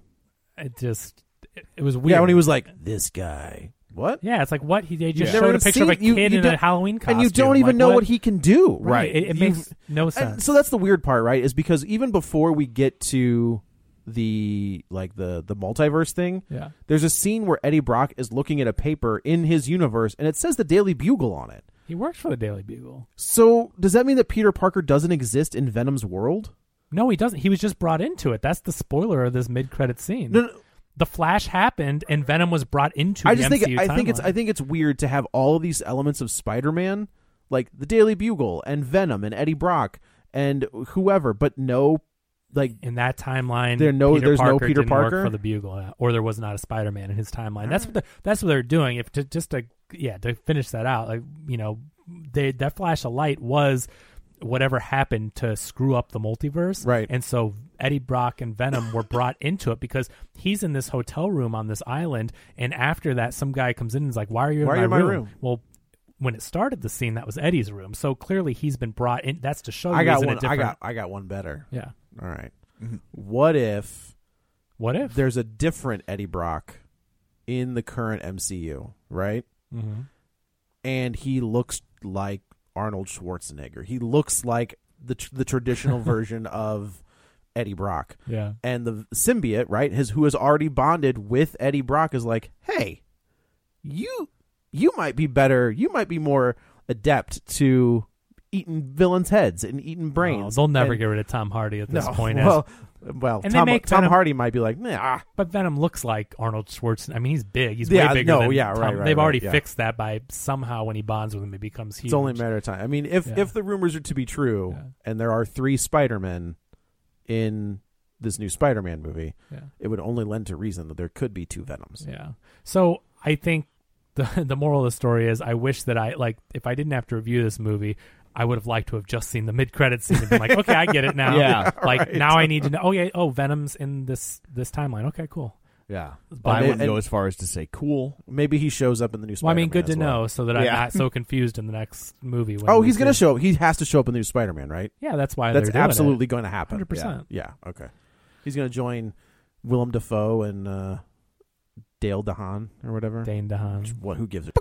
B: It just it, it was weird.
E: Yeah, when he was like this guy. What?
B: Yeah, it's like what he they just
E: You've
B: showed
E: never
B: a picture of a
E: seen- you-
B: kid
E: you
B: in a
E: don't-
B: Halloween costume,
E: and you don't even
B: Like,
E: know what? he can do.
B: Right, it- it
E: You've-
B: makes no
E: And
B: sense.
E: so that's the weird part, right? Is because even before we get to the like the the multiverse thing,
B: Yeah.
E: there's a scene where Eddie Brock is looking at a paper in his universe, and it says the Daily Bugle on it.
B: He works for the Daily Bugle.
E: So does that mean that Peter Parker doesn't exist in Venom's world?
B: No, he doesn't. He was just brought into it. That's the spoiler of this mid-credit scene.
E: No, no.
B: The Flash happened, and Venom was brought into.
E: I
B: the
E: just think
B: MCU
E: I think it's
B: timeline.
E: I think it's weird to have all of these elements of Spider-Man, like the Daily Bugle and Venom and Eddie Brock and whoever, but no, like
B: in that timeline,
E: There no-
B: Peter
E: there's no
B: Parker
E: Peter
B: didn't work
E: Parker?
B: for the Bugle, yeah, or there was not a Spider-Man in his timeline. That's what the, that's what they're doing. If to, just to yeah to finish that out, like you know, they, that flash of light was whatever happened to screw up the multiverse,
E: Right.
B: And so Eddie Brock and Venom were brought into it because he's in this hotel room on this island, and after that, some guy comes in and is like, "Why are you
E: Why are
B: in,
E: you
B: my,
E: in my room?
B: Well. When it started the scene, that was Eddie's room. So clearly, he's been brought in. That's to show.
E: I
B: you
E: got
B: he's in Oh, A
E: one. I
B: different, Mm-hmm.
E: got I got one better.
B: Yeah.
E: All right. What if
B: What if?
E: there's a different Eddie Brock in the current MCU, right?
B: Mm-hmm.
E: And he looks like Arnold Schwarzenegger. He looks like the tr- the traditional version of Eddie Brock.
B: Yeah.
E: And the symbiote, right, his who has already bonded with Eddie Brock is like, "Hey, you you might be better. You might be more adept to eating villains' heads and eating brains."
B: Oh, they'll never
E: And-
B: get rid of Tom Hardy at this point. as-
E: Well, well,
B: And they
E: Tom,
B: make
E: Tom
B: Venom-
E: Hardy might be like, nah, ah,
B: but Venom looks like Arnold Schwarzenegger. I mean, he's big. He's
E: Yeah,
B: way bigger.
E: no,
B: than
E: yeah,
B: Tom-
E: right, right,
B: They've
E: right,
B: already
E: yeah.
B: fixed that by somehow when he bonds with him, it becomes huge.
E: it's only a matter of time. I mean, if
B: Yeah.
E: if the rumors are to be true,
B: Yeah.
E: and there are three Spider Men in this new Spider Man movie,
B: Yeah.
E: it would only lend to reason that there could be two Venoms.
B: Yeah. So I think the the moral of the story is I wish that I like if I didn't have to review this movie. I would have liked to have just seen the mid credit scene and been like, okay, I get it now.
D: Yeah,
B: Like now I need to know. Oh yeah. Oh, Venom's in this this timeline. Okay, cool.
D: Yeah,
B: But
D: but I
B: it-
D: wouldn't
E: it-
D: go as far as to say cool.
E: Maybe he shows up in the new.
B: Well, I
E: Spider-Man
B: mean, good to
E: as well.
B: know so that I'm
D: Yeah.
B: not so confused in the next movie. When
E: Oh,
B: we
E: he's going to
B: see-
E: show. up. He has to show up in the new Spider Man, right?
B: Yeah, that's why
E: That's
B: they're doing it.
E: absolutely going to happen.
B: 100%.
E: Yeah. Yeah, Okay. He's going to join Willem Dafoe and uh, Dale DeHaan or whatever.
B: Dane DeHaan.
E: What? Who gives a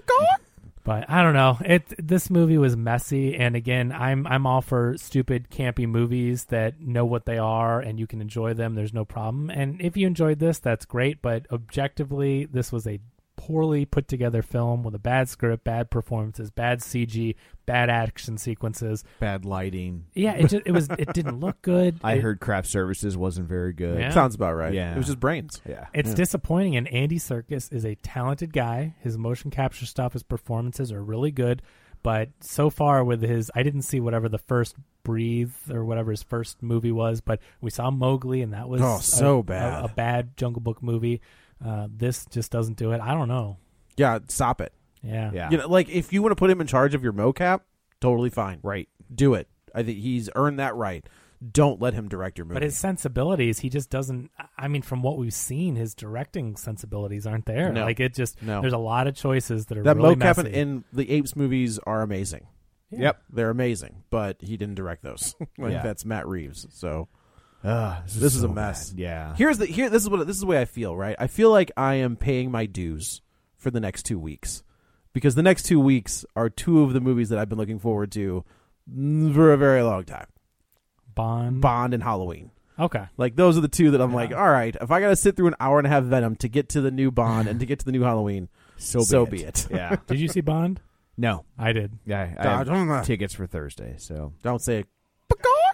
B: But I don't know. It this movie was messy, and again, I'm I'm all for stupid, campy movies that know what they are and you can enjoy them. There's no problem. And if you enjoyed this, that's great. But objectively, this was a poorly put together film with a bad script, bad performances, bad CG, bad action sequences.
C: Bad lighting.
B: Yeah, it just, it was it didn't look good.
C: I
B: It-
C: heard craft services wasn't very good.
B: Yeah.
E: Sounds about right.
C: Yeah.
E: It was just brains.
C: Yeah.
B: It's disappointing, and Andy Circus is a talented guy. His motion capture stuff, his performances are really good, but so far with his, I didn't see whatever the first Breathe or whatever his first movie was, but we saw Mowgli, and that was
E: Oh,
B: a-
E: so
B: a-
E: bad.
B: a, bad Jungle Book movie. Uh, this just doesn't do it. I don't know.
E: Yeah, stop it.
B: Yeah,
C: Yeah.
E: You know, like if you want to put him in charge of your mocap, totally fine.
C: Right.
E: Do it. I think he's earned that right. Don't let him direct your movie.
B: But his sensibilities, he just doesn't. I mean, from what we've seen, his directing sensibilities aren't there.
E: No.
B: Like it just,
E: No.
B: there's a lot of choices that are
E: that
B: really
E: mocap in,
B: messy.
E: in the Apes movies are amazing.
C: Yep.
E: They're amazing, but he didn't direct those. like
C: Yeah.
E: that's Matt Reeves. So
C: Ugh, this is,
E: This is
C: so
E: a mess.
C: bad. Yeah.
E: here's the here. This is what this is the way I feel. Right, I feel like I am paying my dues for the next two weeks because the next two weeks are two of the movies that I've been looking forward to for a very long time:
B: Bond.
E: Bond and Halloween.
B: Okay.
E: Like those are the two that I'm like, all right, if I gotta sit through an hour and a half Venom to get to the new Bond and to get to the new Halloween,
C: so be
E: so
C: it.
E: be it.
C: Yeah.
B: Did you see Bond?
C: No.
B: I did.
C: Yeah. I
E: God,
C: have
E: I don't know.
C: tickets for Thursday. So
E: don't say a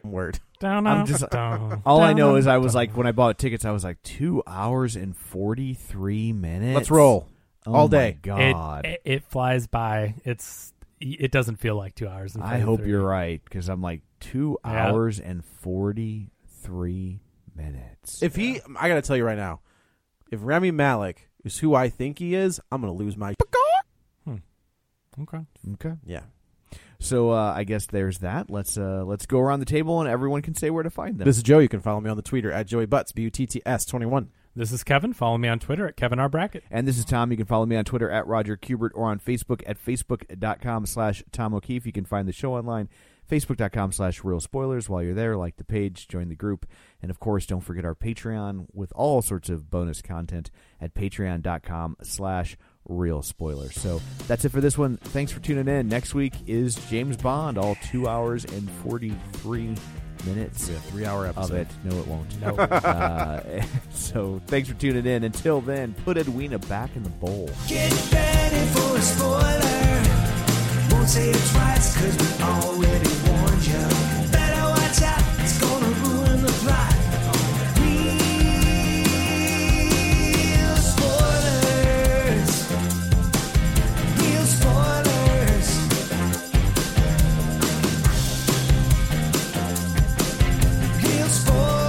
E: word.
B: Down,
C: I'm
B: up,
C: just-
B: down,
C: all I
B: down,
C: know
B: up,
C: is I was
B: down.
C: like, when I bought tickets, I was like two hours and forty three minutes.
E: Let's roll.
C: Oh
E: All
C: my
E: day.
B: It-
C: God.
B: It, it flies by. It's it doesn't feel like two hours. And
C: I hope
B: 43.
C: you're right because I'm like two
B: Yeah.
C: hours and forty three minutes.
E: If he, I gotta tell you right now, if Rami Malik is who I think he is, I'm gonna lose my.
B: Okay.
C: okay.
E: Yeah,
C: So uh, I guess there's that. Let's uh, let's go around the table and everyone can say where to find them.
E: this is Joe. You can follow me on the Twitter at Joey Butts B U T T S twenty one.
B: This is Kevin. Follow me on Twitter at Kevin R Brackett.
C: and this is Tom. You can follow me on Twitter at Roger Kubert or on Facebook at facebook.com slash Tom O'Keefe. You can find the show online, facebook.com slash real spoilers. While you're there, like the page, join the group. And of course, don't forget our Patreon with all sorts of bonus content at patreon.com slash real spoilers. So that's it for this one. Thanks for tuning in. Next week is James Bond, all two hours and 43 minutes.
E: Three hour
C: of
E: episode.
C: it. No, it won't. No. uh, so thanks for tuning in. Until then, put Edwina back in the bowl.
G: Get ready for a spoiler. Won't say it twice, cause we already warned you. Better watch out, it's gonna ruin the plot. Real spoilers. Real spoilers. Real spoilers.